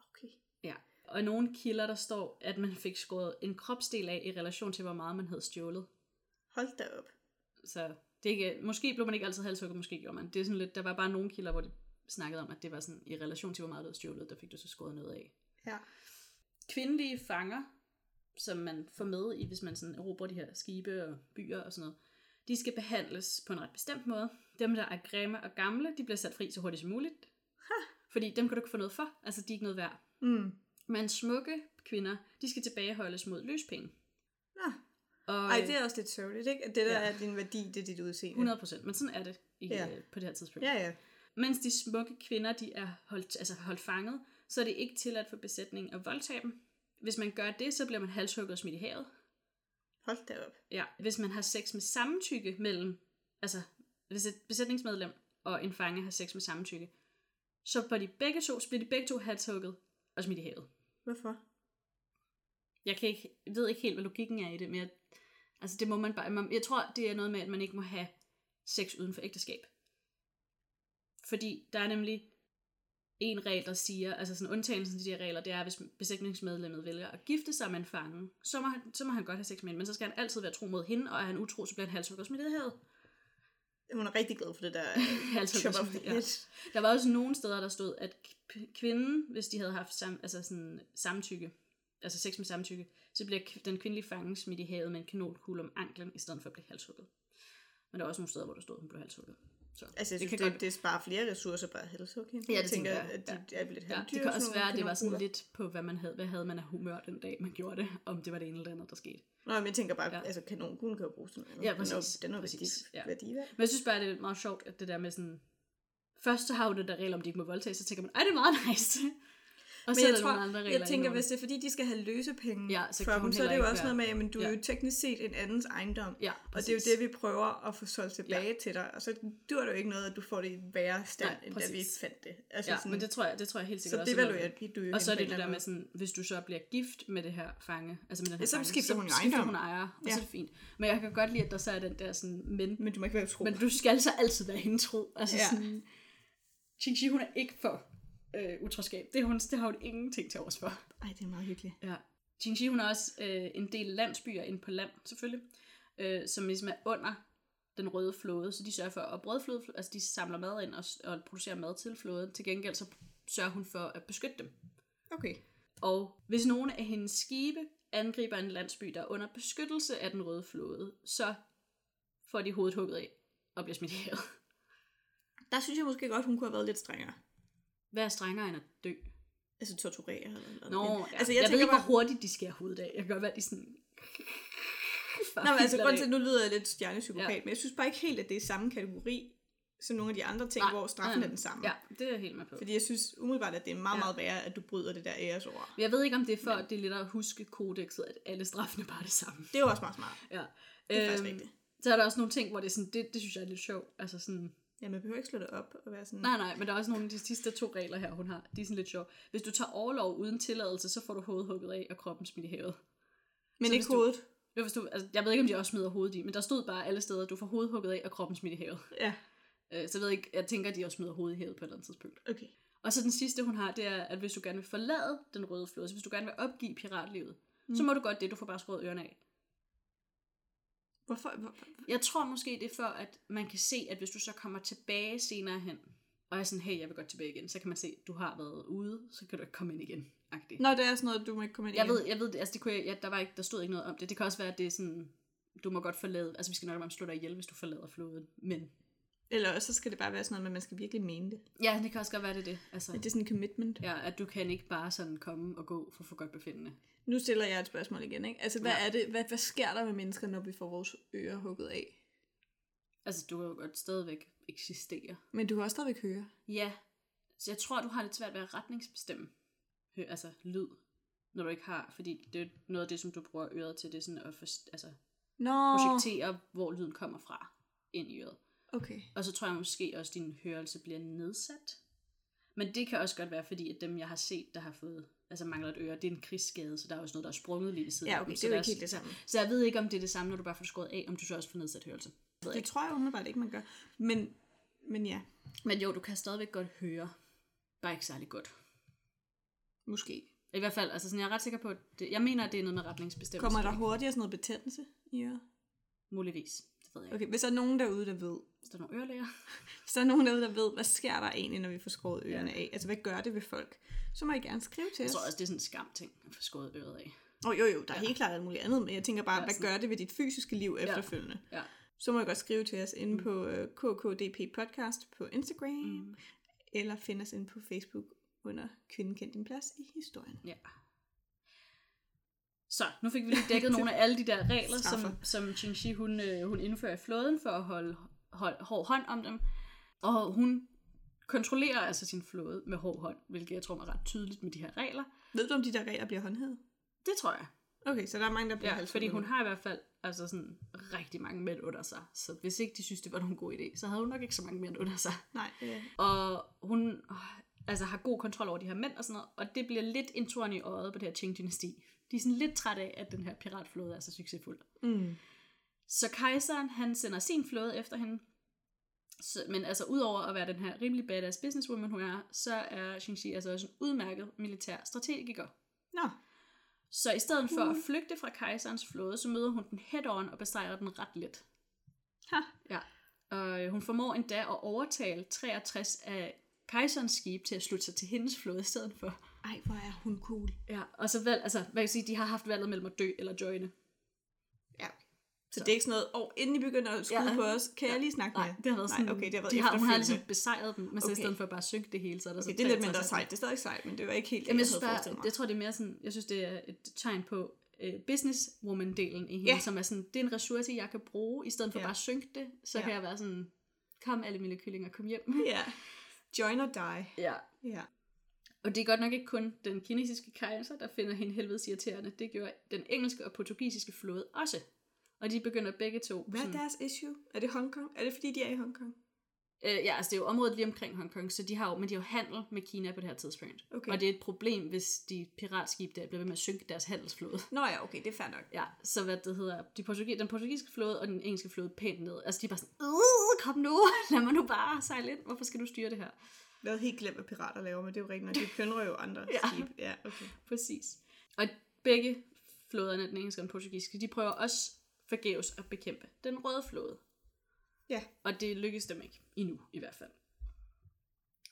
S1: Okay.
S2: Ja. Og i nogle kilder, der står, at man fik skåret en kropsdel af i relation til, hvor meget man havde stjålet.
S1: Hold da op.
S2: Så det er ikke, måske blev man ikke altid halshugget, måske gjorde man. Det er sådan lidt, der var bare nogle kilder, hvor de snakkede om, at det var sådan i relation til, hvor meget du havde stjålet, der fik du så skåret noget af.
S1: Ja.
S2: Kvindelige fanger, som man får med i, hvis man sådan erobrer de her skibe og byer og sådan noget, de skal behandles på en ret bestemt måde. Dem, der er grimme og gamle, de bliver sat fri så hurtigt som muligt. Fordi dem kan du ikke få noget for. Altså, de er ikke noget værd.
S1: Mm.
S2: Men smukke kvinder, de skal tilbageholdes mod løspenge.
S1: Nå.
S2: Og,
S1: Ej, det er også lidt sørgeligt, ikke? At det der
S2: Ja.
S1: er din værdi, det er dit udseende.
S2: 100 procent, men sådan er det i,
S1: Ja.
S2: ja. på det her tidspunkt.
S1: Ja, ja.
S2: Mens de smukke kvinder de er holdt, altså holdt fanget, så er det ikke tilladt for besætningen at voldtage dem. Hvis man gør det, så bliver man halshugget og smidt i havet.
S1: Hold da op.
S2: Ja. Hvis man har sex med samtykke mellem, altså hvis et besætningsmedlem og en fange har sex med samtykke, så bliver de begge to, så bliver de begge to halshugget og smidt i havet.
S1: Hvorfor?
S2: Jeg kan ikke, jeg ved ikke helt, hvad logikken er i det, men jeg, altså det må man bare, man, jeg tror, det er noget med, at man ikke må have sex uden for ægteskab. Fordi der er nemlig en regel, der siger, altså sådan undtagelsen til de her regler, det er, at hvis besætningsmedlemmet vælger at gifte sig med en fange, så må, han, så må han godt have sex med hende, men så skal han altid være tro mod hende, og er han utro, så bliver han halshugget og smidt i havet.
S1: Hun er rigtig glad for Altså, det der
S2: Halshugget
S1: chop
S2: og
S1: off the
S2: smidt, ja.
S1: head.
S2: Der var også nogle steder, der stod, at k- kvinden, hvis de havde haft sam, altså sådan samtykke, altså sex med samtykke, så bliver kv- den kvindelige fange smidt i havet med en kanonkugle om anklen, i stedet for at blive halshugget. Men der var også nogle steder, hvor der stod, at hun blev halshugget. Så
S1: Altså, jeg synes,
S2: det kan
S1: det, det,
S2: godt...
S1: det sparer flere ressourcer bare at hælde okay?
S2: Ja, det tænker jeg,
S1: at de er lidt
S2: Ja,
S1: halvdyr,
S2: det kan
S1: sådan
S2: også
S1: nogle
S2: være, at det var sådan
S1: kanonfugler.
S2: lidt på, hvad man havde, hvad havde man af humør den dag, man gjorde det, om det var det ene eller det andet, der skete.
S1: Nå, men jeg tænker bare,
S2: Ja.
S1: ja. altså kanonkuglen kan jo bruges til noget. andet.
S2: Ja,
S1: Den er jo-
S2: præcis.
S1: Den er jo værdi,
S2: Præcis, ja.
S1: værdi værd.
S2: Men jeg synes bare, det er meget sjovt, at det der med sådan... Først så har jo den der regel om, at de ikke må voldtage, så tænker man, ej, det er meget nice. Og så
S1: Men
S2: er
S1: jeg
S2: der
S1: tror,
S2: nogle andre regler.
S1: jeg tænker,
S2: indover.
S1: hvis det er fordi, de skal have løsepenge
S2: Ja,
S1: ja,
S2: så
S1: så
S2: kan
S1: for
S2: hun
S1: dem, så er
S2: heller
S1: det jo
S2: ikke
S1: også noget med, at du er
S2: Ja.
S1: jo teknisk set en andens ejendom.
S2: Ja,
S1: Og det er jo
S2: præcis.
S1: det, vi prøver at få solgt tilbage til dig. Og så dur det jo ikke noget, at du får det i værre stand,
S2: Nej,
S1: end da vi
S2: præcis.
S1: fandt det. Altså,
S2: Ja,
S1: sådan,
S2: men det tror jeg, det tror jeg helt
S1: så
S2: sikkert
S1: det
S2: også. er noget af
S1: valuerer du jo
S2: Og så er
S1: hende på
S2: det det
S1: en
S2: der med
S1: eller
S2: sådan, hvis du så bliver gift med det her fange, altså med den her
S1: Ja, så
S2: fange,
S1: skifter hun jo
S2: skifter
S1: ejendom.
S2: hun ejer, og ja.
S1: Ja.
S2: så er det fint. Men jeg kan godt lide, at der så er den der sådan, men,
S1: anden måde. Men du må ikke være tro.
S2: men du skal så altid være hende tro. Altså ja.
S1: Ja.
S2: sådan, Qingxi, hun er ikke for øh, utroskab. Det, er hun, det har hun ingenting til overs for.
S1: Ej, det er meget hyggeligt.
S2: Ja. Qingxi, hun er også øh, en del landsbyer inde på land, selvfølgelig, øh, som ligesom er under den røde flåde, så de sørger for, at brødflåde, altså de samler mad ind og, og producerer mad til flåden. Til gengæld så sørger hun for at beskytte dem.
S1: Okay.
S2: Og hvis nogle af hendes skibe angriber en landsby, der er under beskyttelse af den røde flåde, så får de hovedet hugget af og bliver smidt i havet.
S1: Der synes jeg måske godt, hun kunne have været lidt strengere.
S2: Hvad er strengere end at dø?
S1: Altså torturere eller noget.
S2: Nå, ja.
S1: altså,
S2: altså,
S1: jeg,
S2: jeg, jeg ved
S1: tænker
S2: ikke,
S1: bare,
S2: hvor hurtigt de skærer hovedet af. Jeg kan godt være, de sådan...
S1: Nå, men altså,
S2: Fuck,
S1: grunden til,
S2: af.
S1: at nu lyder jeg lidt stjernepsykopat,
S2: Ja.
S1: ja. men jeg synes bare ikke helt, at det er samme kategori som nogle af de andre ting,
S2: Nej,
S1: Nej, hvor straffen
S2: nej,
S1: er den samme.
S2: Ja, det er jeg helt med på. Fordi...
S1: Fordi jeg synes umiddelbart, at det er meget,
S2: Ja.
S1: meget værre, at du bryder det der æresord.
S2: Jeg ved ikke, om det er for, at det er lidt at huske kodexet, at alle straffene bare er det samme.
S1: Det er jo også meget smart.
S2: Ja. Øhm,
S1: Det er faktisk rigtigt.
S2: Så er der også nogle ting, hvor det er sådan, det, det synes jeg er lidt sjovt. Altså sådan,
S1: Ja, man behøver ikke slå det op og være sådan...
S2: nej, nej, men der er også nogle af de sidste to regler her, hun har. De er sådan lidt sjove. Hvis du tager overlov uden tilladelse, så får du hovedet hugget af og kroppen smidt i havet.
S1: men
S2: så
S1: ikke
S2: hvis du-
S1: hovedet.
S2: Jeg, forstod, altså, jeg ved ikke, om de også smider hovedet i, men der stod bare alle steder, at du får hovedet hugget af og kroppen smidt i havet.
S1: Ja,
S2: Øh, Så jeg ved ikke, jeg tænker, at de også smider hovedet i havet på et eller andet tidspunkt.
S1: okay.
S2: Og så den sidste, hun har, det er, at hvis du gerne vil forlade den røde flåde, så hvis du gerne vil opgive piratlivet, mm. så
S1: Mm.
S2: må du godt det, du får bare skåret ørerne af.
S1: Hvorfor? hvorfor?
S2: Jeg tror måske, det er for, at man kan se, at hvis du så kommer tilbage senere hen, og er sådan, hey, jeg vil godt tilbage igen, så kan man se, at du har været ude, så kan du ikke komme ind igen. Agtigt.
S1: Nå, det er sådan noget, du må ikke komme ind
S2: Jeg
S1: igen.
S2: ved, jeg ved, det, altså det kunne jeg, ja, der, var ikke, der stod ikke noget om det. Det kan også være, at det er sådan, du må godt forlade, altså vi skal nok bare slå dig ihjel, hvis du forlader floden. Men
S1: Eller også så skal det bare være sådan noget, men man skal virkelig mene det.
S2: ja, det kan også godt være, det er det. Altså,
S1: At det er sådan en commitment.
S2: ja, at du kan ikke bare sådan komme og gå for for godt befindende.
S1: Nu stiller jeg et spørgsmål igen, ikke? Altså, hvad
S2: Ja.
S1: er det? Hvad, hvad sker der med mennesker, når vi får vores ører hugget af?
S2: Altså, du kan jo godt stadigvæk eksistere.
S1: Men du kan også stadigvæk høre.
S2: Ja, så jeg tror, du har lidt svært ved at retningsbestemme hø, altså lyd, når du ikke har, fordi det er noget af det, som du bruger øret til, det er sådan at forst- altså,
S1: Nå,
S2: projektere, hvor lyden kommer fra ind i øret.
S1: okay.
S2: Og så tror jeg måske også, at din hørelse bliver nedsat. Men det kan også godt være, fordi at dem, jeg har set, der har fået altså mangler et øre, det er en krigsskade, så der er også noget, der er sprunget lige ved siden
S1: Ja,
S2: af dem,
S1: okay, det
S2: så
S1: er jo
S2: der
S1: ikke helt det samme.
S2: Så jeg ved ikke, om det er det samme, når du bare får det skåret af, om du så også får nedsat hørelse. Det ved jeg
S1: Det
S2: ikke.
S1: tror jeg umiddelbart ikke, man gør. Men, men ja,
S2: Men jo, du kan stadigvæk godt høre, bare ikke særlig godt.
S1: måske.
S2: I hvert fald, altså sådan, jeg er ret sikker på, at det, jeg mener, at det er noget med retningsbestemmelse.
S1: Kommer der hurtigere sådan noget betændelse i øret?
S2: Muligvis. Det ved jeg ikke.
S1: Okay, hvis der er nogen derude, der ved,
S2: Hvis der er nogle ørelæger.
S1: hvis der er nogen derude, der ved, hvad sker der egentlig, når vi får skåret ørerne af? Altså, hvad gør det ved folk? Så må I gerne skrive til
S2: Jeg
S1: os.
S2: tror også, det er sådan en skam ting at få skåret øret af.
S1: Åh, jo, jo, der er helt klart alt muligt andet, men jeg tænker bare,
S2: Ja,
S1: hvad
S2: sådan-
S1: gør det ved dit fysiske liv efterfølgende?
S2: Ja.
S1: så må I godt skrive til os inde på øh, KKDP Podcast på Instagram, mm. eller finde os inde på Facebook under Kvinden kendte din plads i historien.
S2: ja. Så, nu fik vi lige dækket nogle af alle de der regler,
S1: Straffer.
S2: som, som Qingxi, hun, øh, hun indfører i flåden for at holde, holde hård hånd om dem. Og hun kontrollerer altså sin flåde med hård hånd, hvilket jeg tror er ret tydeligt med de her regler.
S1: Ved du, om de der regler bliver håndhævet?
S2: Det tror jeg.
S1: Okay, så der er mange, der bliver
S2: Ja,
S1: halshugget.
S2: fordi hun har i hvert fald altså sådan, rigtig mange mænd under sig. Så hvis ikke de synes, det var nogen god idé, så havde hun nok ikke så mange mænd under sig.
S1: Nej, øh,
S2: Og hun øh, altså, har god kontrol over de her mænd og sådan noget, og det bliver lidt en torn i øjet på det her Qing-dynasti. De er sådan lidt trætte af, at den her piratflåde er så succesfuld.
S1: mm.
S2: Så kejseren, han sender sin flåde efter hende, så, men altså udover at være den her rimelig badass businesswoman, hun er, så er Xingxi altså også en udmærket militær strategiker.
S1: Nå,
S2: Så i stedet for at flygte fra kejserens flåde, så møder hun den head on og besejrer den ret let.
S1: ha.
S2: Ja. Og øh, hun formår endda at overtale 63 af kejserens skibe til at slutte sig til hendes flåde i stedet for.
S1: Ej, hvor er hun cool.
S2: Ja, og så valg, altså, hvad kan jeg sige, de har haft valget mellem at dø eller joine.
S1: Ja, okay. Så, så det er ikke sådan noget, og inden I begynder at skyde
S2: Ja.
S1: på os, kan jeg lige snakke med
S2: Nej,
S1: jer?"
S2: det har været sådan,
S1: Nej, okay, det har været
S2: de har, hun har ligesom
S1: efterfølgende.
S2: besejret dem, men okay. så i
S1: Okay.
S2: stedet for at bare synke det hele, så er der
S1: Okay,
S2: så
S1: Altså, det er lidt
S2: 63
S1: mindre
S2: af-
S1: sejt. Det er stadig sejt, men det var ikke helt,
S2: Jamen, jeg,
S1: havde
S2: synes
S1: forestillet
S2: bare,
S1: mig.
S2: jeg tror, det er mere sådan, jeg synes, det er et tegn på øh, businesswoman-delen i hende,
S1: Ja.
S2: som er sådan, det er en ressource, jeg kan bruge, i stedet for
S1: Ja.
S2: bare at synke det, så
S1: Ja.
S2: kan jeg være sådan, kom alle mine kyllinger, kom hjem.
S1: Ja. Join or die.
S2: Ja,
S1: Ja.
S2: Og det er godt nok ikke kun den kinesiske kejser, der finder hende helvedes irriterende. Det gjorde den engelske og portugisiske flåde også. Og de begynder begge to.
S1: Hvad er
S2: sådan-
S1: deres issue? Er det Hongkong? Er det fordi, de er i Hongkong?
S2: øh, ja, altså det er jo området lige omkring Hongkong, så de har jo, men de har jo handel med Kina på det her tidspunkt.
S1: Okay.
S2: Og det er et problem, hvis de piratskib der bliver ved med at synke deres handelsflåde.
S1: Nå ja, okay, det er fair nok.
S2: Ja, så hvad det hedder, de portugis, den portugisiske flåde og den engelske flåde pænt ned. Altså de er bare sådan, "Øh, kom nu, lad mig nu bare sejle ind, hvorfor skal du styre det her?
S1: Jeg havde helt glemt, hvad pirater laver, men det er jo rigtigt, når de plyndrer jo andre
S2: Ja.
S1: skib. Ja, okay.
S2: Præcis. Og begge flåderne, den engelske og den portugiske, de prøver også forgæves at bekæmpe den røde flåde.
S1: Ja.
S2: Og det lykkes dem ikke, endnu i hvert fald.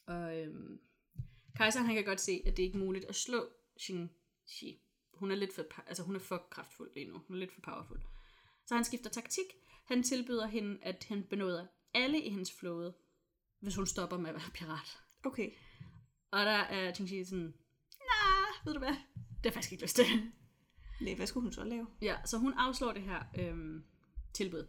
S2: Og øhm, kejseren han kan godt se, at det ikke er muligt at slå Xing Shi. Hun er lidt for, pa- altså hun er for kraftfuld lige nu. Hun er lidt for powerful. Så han skifter taktik. Han tilbyder hende, at han benåder alle i hendes flåde, hvis hun stopper med at være pirat.
S1: Okay.
S2: Og der er Qing Shi sådan, nah, ved du hvad, det har jeg faktisk ikke lyst til.
S1: Nej, hvad skulle hun så lave?
S2: Ja, så hun afslår det her øhm, tilbud.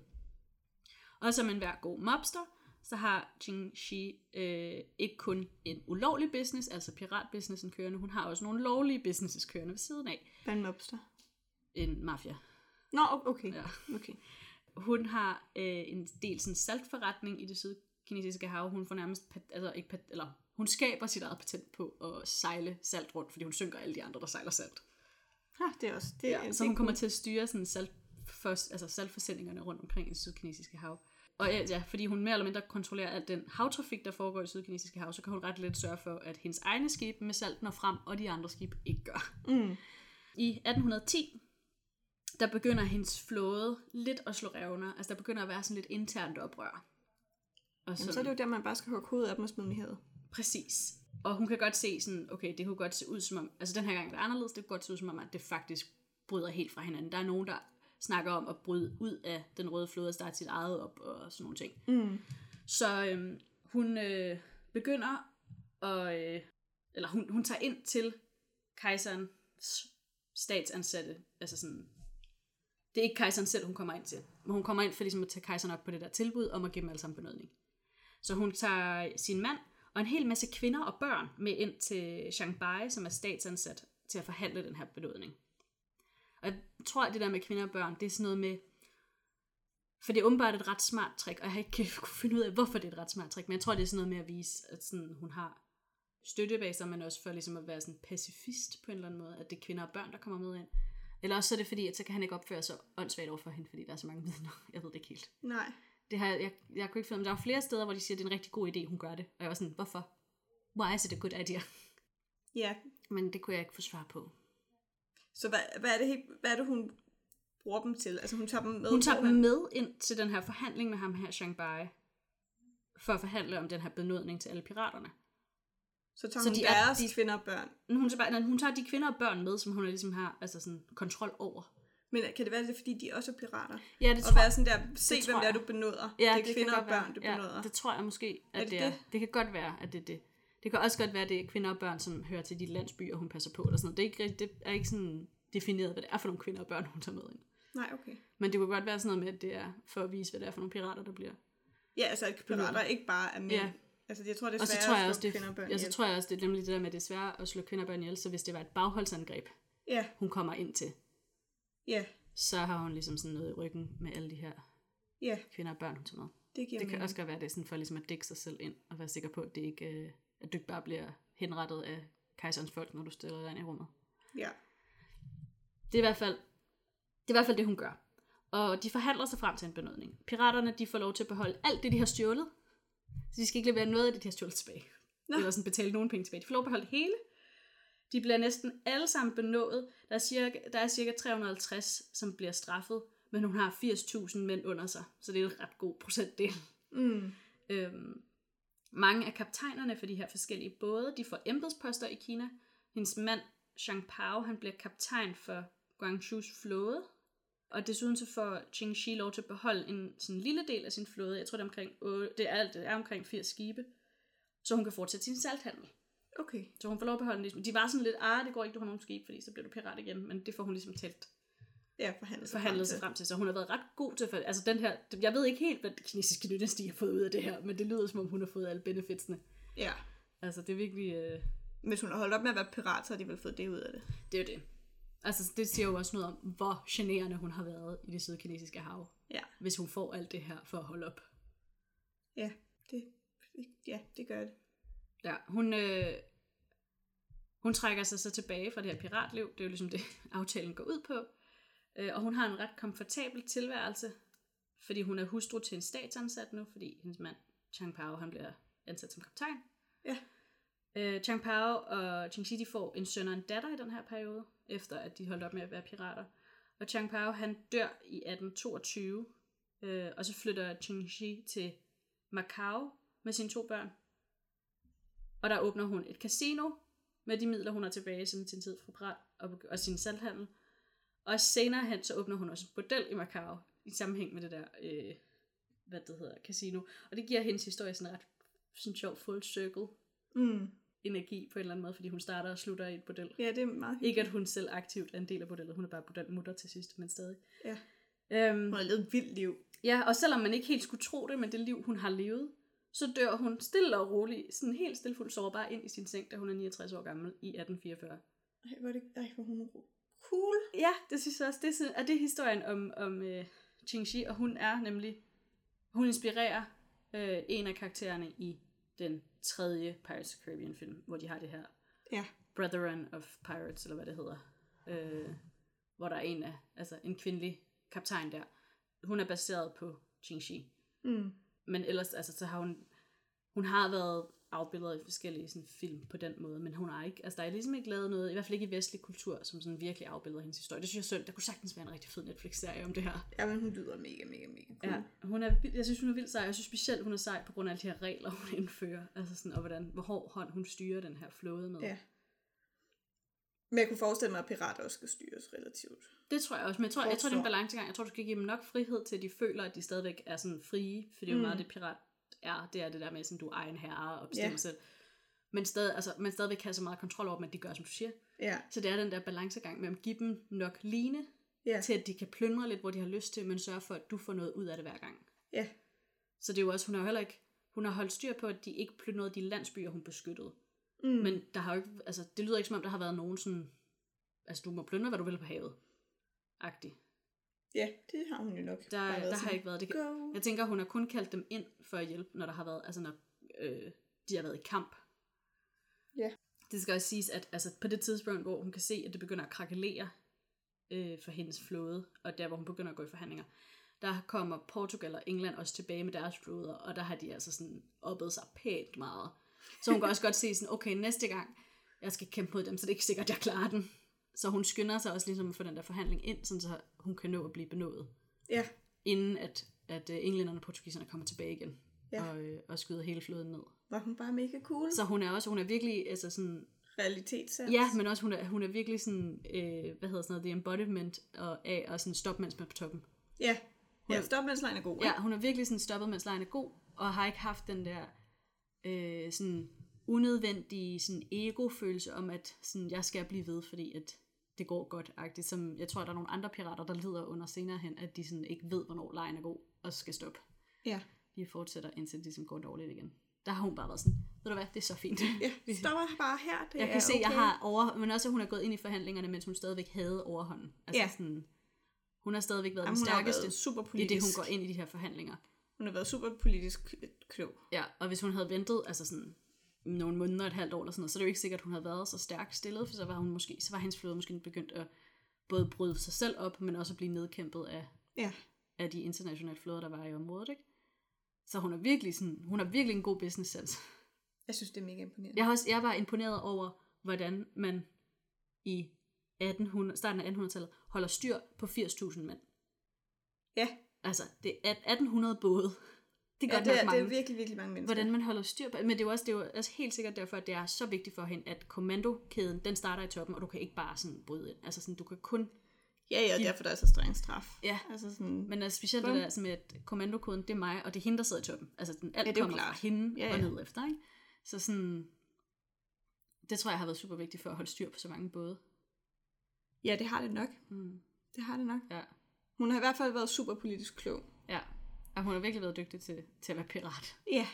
S2: Og som enhver god mobster, så har Ching Shi øh, ikke kun en ulovlig business, altså piratbusinessen kørende, hun har også nogle lovlige businesses kørende ved siden af.
S1: Hvad er en mobster?
S2: En mafia.
S1: Nå, o- okay.
S2: Ja.
S1: okay.
S2: Hun har øh, en del sådan saltforretning i det sydkinesiske hav. Hun får nærmest, pat, altså ikke pat, eller hun skaber sit eget patent på at sejle salt rundt, fordi hun synker alle de andre, der sejler salt.
S1: Ah, det er også... Det,
S2: Ja,
S1: er-
S2: så
S1: det
S2: hun
S1: er
S2: kommer
S1: cool.
S2: til at styre sådan salt for, altså saltforsendingerne rundt omkring i det sydkinesiske hav. Og ja, ja, fordi hun mere eller mindre kontrollerer al den havtrafik, der foregår i det sydkinesiske hav, så kan hun ret let sørge for, at hendes egne skibe med salt når frem, og de andre skibe ikke gør.
S1: Mm.
S2: I 1810, der begynder hendes flåde lidt at slå revner. Altså, der begynder at være sådan lidt internt oprør. Og
S1: Jamen, så er det jo der, man bare skal hugge hovedet af dem og smide dem i havet.
S2: Præcis. Og hun kan godt se sådan, okay, det kunne godt se ud som om, altså den her gang det er anderledes, det kunne godt se ud som om, at det faktisk bryder helt fra hinanden. Der er nogen, der snakker om at bryde ud af den røde flod og starte sit eget op og sådan nogle ting.
S1: Mm.
S2: Så øhm, hun øh, begynder at, øh, eller hun, hun tager ind til kejserens statsansatte, altså sådan, det er ikke kejseren selv, hun kommer ind til, men hun kommer ind for ligesom at tage kejseren op på det der tilbud om at give dem alle sammen benødning. Så hun tager sin mand og en hel masse kvinder og børn med ind til Shanghai, som er statsansat til at forhandle den her benødning. Og jeg tror, at det der med kvinder og børn, det er sådan noget med, for det er åbenbart et ret smart trick, og jeg har ikke kunne finde ud af, hvorfor det er et ret smart trick, men jeg tror, det er sådan noget med at vise, at sådan, hun har støttebaser, men også for ligesom at være sådan pacifist på en eller anden måde, at det er kvinder og børn, der kommer med ind. Eller også så er det fordi, at så kan han ikke opføre sig åndssvagt over for hende, fordi der er så mange vidner. Jeg ved det ikke helt.
S1: Nej.
S2: Det har, jeg, jeg, jeg kunne ikke finde, men der er flere steder, hvor de siger, at det er en rigtig god idé, hun gør det. Og jeg var sådan, hvorfor? Why is it a good idea?
S1: Ja.
S2: Men det kunne jeg ikke få svar på.
S1: Så hvad, hvad, er det helt, hvad er det, hun bruger dem til? Altså, hun tager dem med?
S2: Hun tager
S1: hvor
S2: dem
S1: han-
S2: med ind til den her forhandling med ham her, Shangbai, for at forhandle om den her benådning til alle piraterne.
S1: Så tager
S2: Så
S1: hun
S2: de er-
S1: deres
S2: de-
S1: kvinder og børn.
S2: Men hun, tager bare, nej, hun tager de kvinder og børn med, som hun ligesom har altså sådan, kontrol over.
S1: Men kan det være, det er, fordi de også er pirater?
S2: Ja, det
S1: Og være sådan der, se
S2: det
S1: hvem
S2: tror
S1: det er,
S2: jeg.
S1: du benåder.
S2: ja,
S1: det er kvinder
S2: kan
S1: og
S2: godt
S1: børn,
S2: være.
S1: du benåder.
S2: Ja, det tror jeg måske, at
S1: Er
S2: det,
S1: det
S2: det, er.
S1: det?
S2: Det kan godt være, at det er det. Det kan også godt være, at det er kvinder og børn, som hører til de landsbyer, hun passer på. Eller sådan noget. Det, er ikke, rigtig- det er ikke sådan defineret, hvad det er for nogle kvinder og børn, hun tager med ind.
S1: Nej, okay.
S2: Men det kunne godt være sådan noget med, at det er for at vise, hvad det er for nogle pirater, der bliver.
S1: Ja, altså at pirater ikke bare er mænd.
S2: Ja.
S1: Altså, jeg tror, det er
S2: Og så
S1: sværere
S2: tror jeg
S1: at
S2: også,
S1: slå
S2: det,
S1: kvinder og børn
S2: ja, så
S1: ihjel.
S2: tror jeg også, det er nemlig det der med, at det er svært at slå kvinder og børn ihjel. Så hvis det var et bagholdsangreb,
S1: Ja,
S2: hun kommer ind til,
S1: ja,
S2: så har hun ligesom sådan noget i ryggen med alle de her
S1: ja.
S2: kvinder og børn, hun tager med.
S1: Det giver
S2: Det kan
S1: mening.
S2: også godt være, det er sådan for ligesom at dække sig selv ind, og være sikker på, at, det ikke, øh, at du ikke bare bliver henrettet af kejserens folk, når du stiller dig ind i rummet.
S1: Ja.
S2: Det er i hvert fald det, er i hvert fald det hun gør. Og de forhandler sig frem til en benødning. Piraterne de får lov til at beholde alt det, de har stjålet. Så de skal ikke levere noget af det, de har stjålet tilbage. Nå.
S1: Nå.
S2: Eller sådan betale nogen penge tilbage. De får lov at beholde det hele. De bliver næsten alle sammen benået. Der er cirka, der er cirka 350, som bliver straffet. Men hun har 80.000 mænd under sig. Så det er en ret god procentdel.
S1: Mm.
S2: Øhm, mange af kaptajnerne for de her forskellige både, de får embedsposter i Kina. Hendes mand, Zhang Pao, han bliver kaptajn for Guangzhou's flåde. Og desuden så får Qing Shi lov til at beholde en sådan lille del af sin flåde. Jeg tror, det er omkring, 8, det er, alt, det er omkring 80 skibe. Så hun kan fortsætte sin salthandel.
S1: Okay.
S2: Så hun får lov at beholde den. ligesom- De var sådan lidt, ah, det går ikke, du har nogen skibe, fordi så bliver du pirat igen. Men det får hun ligesom talt
S1: Ja, forhandlet sig
S2: forhandlet sig
S1: frem
S2: frem til, så hun har været ret god til at forhandle. Altså den her, jeg ved ikke helt, hvad det kinesiske dynasti har fået ud af det her, men det lyder som om hun har fået alle benefitsene.
S1: til. Ja.
S2: Altså det er virkelig, øh,
S1: Hvis hun har holdt op med at være pirat, så har de vel fået det ud af det.
S2: det er jo det. Altså det siger jo også noget om, hvor generende hun har været i det sydkinesiske hav,
S1: Ja.
S2: hvis hun får alt det her for at holde op.
S1: Ja, det, ja, det gør det.
S2: Ja, hun, øh, hun trækker sig så tilbage fra det her piratliv, det er jo ligesom det, aftalen går ud på, øh, og hun har en ret komfortabel tilværelse, fordi hun er hustru til en statsansat nu, fordi hendes mand, Chang Pao, han bliver ansat som kaptajn.
S1: Ja.
S2: Øh, Chang Pao og Ching Xi, de får en søn og en datter i den her periode, efter at de holdt op med at være pirater. Og Chang Pao, han dør i 1822, øh, og så flytter Ching Xi til Macau med sine to børn. Og der åbner hun et casino med de midler, hun har tilbage som sin tid fra pirat og, og sin salghandel. Og senere hen, så åbner hun også et bordel i Macau, i sammenhæng med det der, øh, hvad det hedder, casino. Og det giver hendes historie sådan en ret sådan sjov full circle
S1: Mm.
S2: energi på en eller anden måde, fordi hun starter og slutter i et bordel.
S1: Ja, det er meget hyggeligt.
S2: Ikke at hun selv aktivt er en del af bordellet, hun er bare bordelmutter til sidst, men stadig.
S1: Ja.
S2: Øhm,
S1: Hun har levet et vildt liv.
S2: ja, og selvom man ikke helt skulle tro det, men det liv, hun har levet, så dør hun stille og roligt, sådan helt stillfuldt sårbar ind i sin seng, da hun er 69 år gammel i 1844.
S1: Ej, hvor er det, ej, hvor er hun cool.
S2: Ja, det synes jeg også. Det er, sådan- og det er historien om, om øh, Qingxi, og hun er nemlig, hun inspirerer øh, en af karaktererne i den tredje Pirates of the Caribbean film, hvor de har det her
S1: Ja.
S2: Brethren of Pirates, eller hvad det hedder, øh, hvor der er en, af, altså en kvindelig kaptajn der. Hun er baseret på Qingxi.
S1: Mm.
S2: Men ellers, altså, så har hun, hun har været afbildet i forskellige sådan, film på den måde, men hun har ikke, altså der er ligesom ikke lavet noget, i hvert fald ikke i vestlig kultur, som sådan virkelig afbilder hendes historie. Det synes jeg er synd. Der kunne sagtens være en rigtig fed Netflix-serie om det her.
S1: Ja, men hun lyder mega, mega, mega cool.
S2: Ja,
S1: Ja.
S2: hun er, vild- jeg synes, hun er vildt sej. Jeg synes specielt, hun er sej på grund af alle de her regler, hun indfører. Altså sådan, og hvordan, hvor hård hånd hun styrer den her flåde med.
S1: ja. Men jeg kunne forestille mig, at pirater også skal styres relativt.
S2: Det tror jeg også, men jeg tror, jeg tror det er en
S1: Hvorfor?
S2: balancegang. Jeg tror, du skal give dem nok frihed til, at de føler, at de stadigvæk er sådan frie. For det er jo
S1: Mm.
S2: mm. meget det, pirat er. Det er det der med, sådan, du er egen herre og bestemmer
S1: Ja.
S2: yeah. selv. Men, stadig, altså, men stadigvæk have så meget kontrol over dem, at de gør, som du siger.
S1: Ja.
S2: Så det er den der balancegang med at give dem nok line,
S1: Ja.
S2: til at de kan plyndre lidt, hvor de har lyst til, men sørge for, at du får noget ud af det hver gang.
S1: Ja.
S2: Så det er jo også, hun har jo heller ikke, hun har holdt styr på, at de ikke plyndrede de landsbyer, hun beskyttede.
S1: Mm.
S2: Men der har jo ikke, altså, det lyder ikke som om, der har været nogen sådan, altså du må plyndre, hvad du vil på havet. Agtig.
S1: ja, det har hun jo nok.
S2: Der,
S1: bare været
S2: der har
S1: sådan,
S2: ikke været det.
S1: Go.
S2: Jeg tænker, hun har kun kaldt dem ind for at hjælpe, når der har været, altså når øh, de har været i kamp.
S1: Ja.
S2: Det skal også siges, at altså, på det tidspunkt, hvor hun kan se, at det begynder at krakelere øh, for hendes flåde, og der hvor hun begynder at gå i forhandlinger, der kommer Portugal og England også tilbage med deres flåder, og der har de altså sådan oppet sig pænt meget. Så hun kan også godt se sådan, okay, næste gang, jeg skal kæmpe mod dem, så det er ikke sikkert, at jeg klarer den. Så hun skynder sig også ligesom at få den der forhandling ind, sådan så hun kan nå at blive benået
S1: Ja,
S2: inden at, at øh, englænderne og portugiserne kommer tilbage igen
S1: Ja.
S2: ja. og, øh, og skyder hele floden ned.
S1: var hun bare mega cool.
S2: Så hun er også, hun er virkelig, altså sådan,
S1: Realitetssans.
S2: ja, men også hun er, hun er virkelig sådan, øh, hvad hedder sådan noget, the embodiment og, af og sådan stop, mens man er på toppen.
S1: Ja. Ja, stop, mens lejen er god. ikke?
S2: Ja, hun er virkelig sådan stoppet, mens lejen er god, og har ikke haft den der øh, sådan unødvendige sådan ego-følelse om, at sådan, jeg skal blive ved, fordi at det går godt -agtigt. som jeg tror, der er nogle andre pirater, der lider under senere hen, at de sådan ikke ved, hvornår lejen er god og skal stoppe.
S1: Ja.
S2: vi fortsætter, indtil det ligesom går dårligt igen. Der har hun bare været sådan, ved du hvad, det er så fint.
S1: Ja, vi stopper bare her. Det
S2: jeg
S1: er
S2: kan se,
S1: okay.
S2: jeg har over... Men også, at hun er gået ind i forhandlingerne, mens hun stadigvæk havde overhånden. Altså
S1: Ja.
S2: sådan, hun har stadigvæk været
S1: Jamen,
S2: den
S1: hun har
S2: stærkeste
S1: været super
S2: i
S1: politisk.
S2: det, hun går ind i de her forhandlinger.
S1: Hun har været super politisk klog.
S2: Ja, og hvis hun havde ventet altså sådan, nogle måneder, et halvt år eller sådan noget, så er det jo ikke sikkert, at hun havde været så stærkt stillet, for så var, hun måske, så var hendes flåde måske begyndt at både bryde sig selv op, men også at blive nedkæmpet af
S1: Ja.
S2: af de internationale flåder, der var i området, ikke? Så hun er virkelig, sådan, hun har virkelig en god business sense.
S1: Jeg synes, det er mega imponerende.
S2: Jeg, har også, jeg var imponeret over, hvordan man i 1800, starten af 1800-tallet holder styr på 80.000 mænd.
S1: Ja,
S2: Altså, det er 1800 både. Det
S1: ja
S2: gør
S1: det, er,
S2: nok
S1: det
S2: mange.
S1: er virkelig, virkelig mange mennesker.
S2: hvordan man holder styr på Men det er jo også, det er jo også helt sikkert derfor, at det er så vigtigt for hende, at kommandokæden, den starter i toppen, og du kan ikke bare sådan bryde ind. Altså sådan, du kan kun...
S1: Ja, ja, derfor der er så streng straf.
S2: Ja.
S1: Altså sådan, men,
S2: Men altså, specielt
S1: Bum.
S2: det der sådan med, at kommandokoden, det er mig, og det er hende, der sidder i toppen. Altså, den, alt
S1: Ja,
S2: ja,
S1: det er jo
S2: kommer fra
S1: klart.
S2: hende
S1: Ja,
S2: ja, ja. og
S1: ja.
S2: ned efter, ikke? Så sådan... Det tror jeg har været super vigtigt for at holde styr på så mange både.
S1: ja, det har det nok.
S2: Mm.
S1: Det har det nok.
S2: Ja.
S1: Hun har i hvert fald været super politisk klog.
S2: Ja, og hun har virkelig været dygtig til, til at være pirat.
S1: Ja.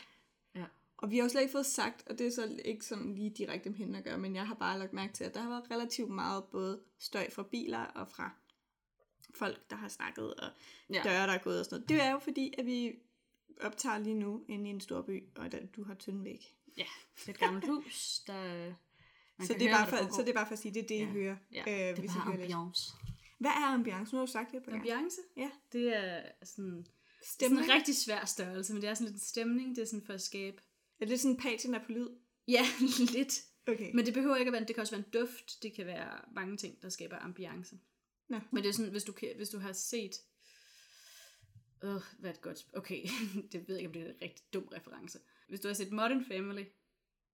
S2: Ja.
S1: Og vi har jo slet ikke fået sagt, og det er så ikke sådan lige direkte med hende at gøre, men jeg har bare lagt mærke til, at der har været relativt meget både støj fra biler og fra folk, der har snakket, og ja.
S2: Ja.
S1: døre, der er gået og sådan noget. Det er jo fordi, at vi optager lige nu inde i en stor by, og der, du har Tyndvæk.
S2: Ja, det er et gammelt hus, der... Man
S1: Så
S2: kan
S1: det, er
S2: høre,
S1: bare
S2: hvad
S1: for, så
S2: der
S1: det
S2: foregår.
S1: er bare for at sige, det er det, I
S2: Ja.
S1: hører.
S2: Ja,
S1: øh,
S2: det
S1: hvis
S2: er
S1: I
S2: bare
S1: hører lidt.
S2: ambiance.
S1: Hvad er ambiance? Nu har du sagt det på gang.
S2: Ambiance?
S1: Ja.
S2: Det er sådan,
S1: Stemning.
S2: sådan en rigtig svær størrelse, men det er sådan lidt en stemning, det er sådan for at skabe...
S1: Er det sådan patina på lyd?
S2: Ja, lidt.
S1: Okay.
S2: Men det behøver ikke at være, det kan også være en duft, det kan være mange ting, der skaber ambiance.
S1: Nå.
S2: Men det er sådan, hvis du, kan- hvis du har set... Øh, hvad er et godt... sp- Okay, det ved jeg ikke, om det er en rigtig dum reference. Hvis du har set Modern Family,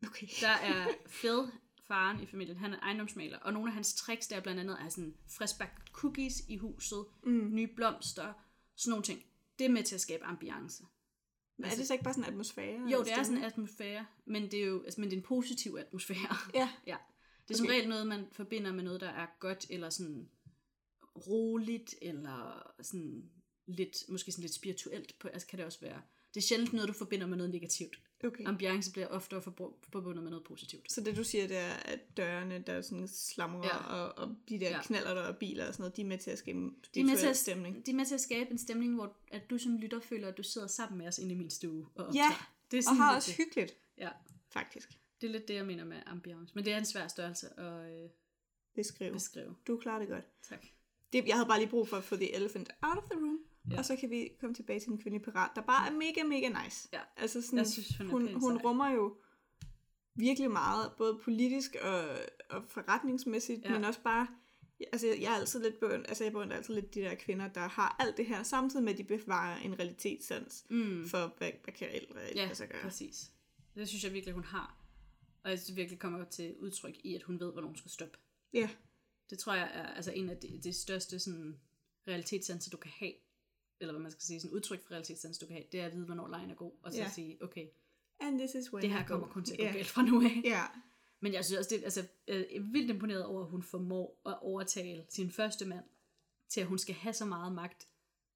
S1: Okay.
S2: Der er Phil, faren i familien, han er ejendomsmaler, og nogle af hans tricks der blandt andet er sådan friskbagt cookies i huset,
S1: Mm.
S2: nye blomster, sådan nogle ting. Det er med til at skabe ambiance.
S1: Men er det så ikke bare sådan en atmosfære?
S2: Jo,
S1: eller
S2: det er sådan
S1: stemning?
S2: en atmosfære, men det er jo altså, men det er en positiv atmosfære.
S1: Ja.
S2: ja. Det er som
S1: Okay.
S2: regel noget, man forbinder med noget, der er godt, eller sådan roligt, eller sådan lidt, måske sådan lidt spirituelt. På, altså kan det også være. Det er sjældent noget, du forbinder med noget negativt.
S1: Okay.
S2: Ambiance bliver ofte forbundet med noget positivt.
S1: Så det du siger, det er, at dørene, der sådan slamrer,
S2: Ja.
S1: ja. og, og de der
S2: Ja.
S1: ja. knaller der og biler og sådan noget, de er med til at skabe en
S2: De er, med til
S1: spirituel
S2: at,
S1: stemning.
S2: de er med til at skabe en stemning, hvor at du som lytter føler, at du sidder sammen med os inde i min stue og optager.
S1: Ja,
S2: det er
S1: Og
S2: lidt
S1: har også
S2: det.
S1: hyggeligt,
S2: Ja,
S1: faktisk.
S2: det er lidt det, jeg mener med ambiance. Men det er en svær størrelse at øh,
S1: Beskrive.
S2: beskrive.
S1: Du klarer det godt.
S2: Tak.
S1: Det, jeg havde bare lige brug for at få the elephant out of the room,
S2: Ja.
S1: ja. og så kan vi komme tilbage til den kvindelige pirat, der bare er mega, mega nice.
S2: Ja.
S1: Altså sådan,
S2: Jeg synes, hun er
S1: hun,
S2: pænt
S1: hun
S2: sej.
S1: rummer jo virkelig meget, både politisk og, og forretningsmæssigt,
S2: Ja.
S1: ja. men også bare, altså jeg er altid lidt beund, altså jeg beundrer altid lidt de der kvinder, der har alt det her, samtidig med at de bevarer en realitetssans
S2: Mm.
S1: for, hvad, hvad kan ældre
S2: Ja,
S1: altså gøre.
S2: præcis. Det synes jeg virkelig, hun har. Og jeg synes, det virkelig kommer til udtryk i, at hun ved, hvornår hun skal stoppe.
S1: Ja,
S2: Det tror jeg er altså, en af de, de største sådan, realitetssanser, du kan have. Eller hvad man skal sige, sådan udtryk for realitetssans, du kan have. Det er at vide, hvornår lejen er god. Og så
S1: Ja.
S2: yeah. sige, okay,
S1: and this is when
S2: det her
S1: I go.
S2: kommer kun til at gå
S1: Ja.
S2: galt fra nu af.
S1: Ja,
S2: Men jeg synes også, det er altså, jeg er vildt imponeret over, at hun formår at overtale sin første mand til, at hun skal have så meget magt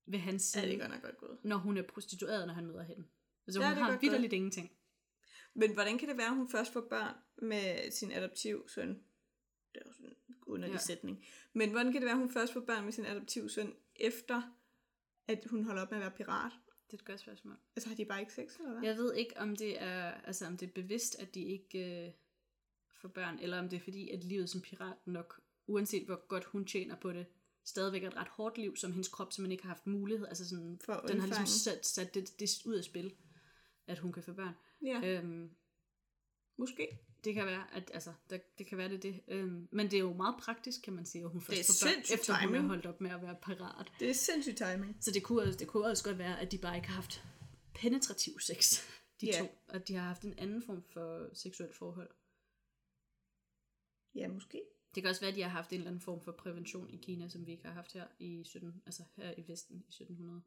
S2: ved hans
S1: ja
S2: side,
S1: det er godt nok godt gået.
S2: når hun er prostitueret, når han møder hende. Altså,
S1: Ja,
S2: hun
S1: det er
S2: har
S1: godt gået.
S2: vidderligt ingenting.
S1: Men hvordan kan det være, at hun først får børn med sin adoptiv søn? Det er jo sådan en underlig
S2: Ja.
S1: ja. sætning. Men hvordan kan det være, at hun først får børn med sin adoptiv søn, efter at hun holder op med at være pirat?
S2: Det er et godt spørgsmål.
S1: Altså har de bare ikke sex, eller hvad?
S2: Jeg ved ikke, om det er, altså, om det er bevidst, at de ikke øh, får børn, eller om det er fordi, at livet som pirat nok, uanset hvor godt hun tjener på det, stadigvæk er et ret hårdt liv, som hendes krop simpelthen ikke har haft mulighed. Altså sådan,
S1: For at
S2: den har ligesom
S1: undfange.
S2: sat, sat det, det ud af spil, at hun kan få børn.
S1: Ja,
S2: Øhm,
S1: måske.
S2: Det kan være, at altså, der, det kan være det er det. Øhm, men det er jo meget praktisk, kan man sige, at hun
S1: Det er
S2: først får børn,
S1: sindssygt
S2: efter hun er
S1: timing.
S2: holdt op med at være parat.
S1: Det er sindssygt timing.
S2: Så det kunne, også, det kunne også godt være, at de bare ikke har haft penetrativ sex, de
S1: Ja.
S2: yeah. to. At de har haft en anden form for seksuelt forhold.
S1: Ja, måske.
S2: Det kan også være, at de har haft en eller anden form for prævention i Kina, som vi ikke har haft her i 17, altså her i Vesten i 1700.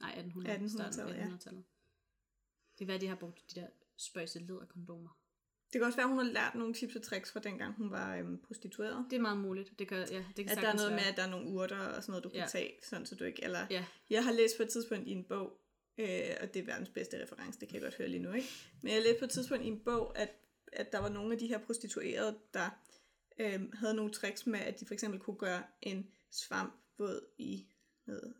S2: Nej, 1800, 1800 starten
S1: 1800-tallet,
S2: af
S1: ja.
S2: 1800-tallet. Det kan være, at de har brugt de der spøjse læderkondomer.
S1: Det kan også være, at hun har lært nogle tips og tricks fra dengang, hun var øhm, prostitueret.
S2: Det er meget muligt. Det kan, ja, det kan
S1: At der er
S2: sagtens
S1: noget
S2: være.
S1: med, at der er nogle urter og sådan noget, du kan
S2: Ja.
S1: ja. tage, sådan så du ikke... Eller,
S2: Ja.
S1: Jeg har læst på et tidspunkt i en bog, øh, og det er verdens bedste reference, det kan jeg godt høre lige nu, ikke? Men jeg læste på et tidspunkt i en bog, at, at der var nogle af de her prostituerede, der øh, havde nogle tricks med, at de for eksempel kunne gøre en svamp våd i noget.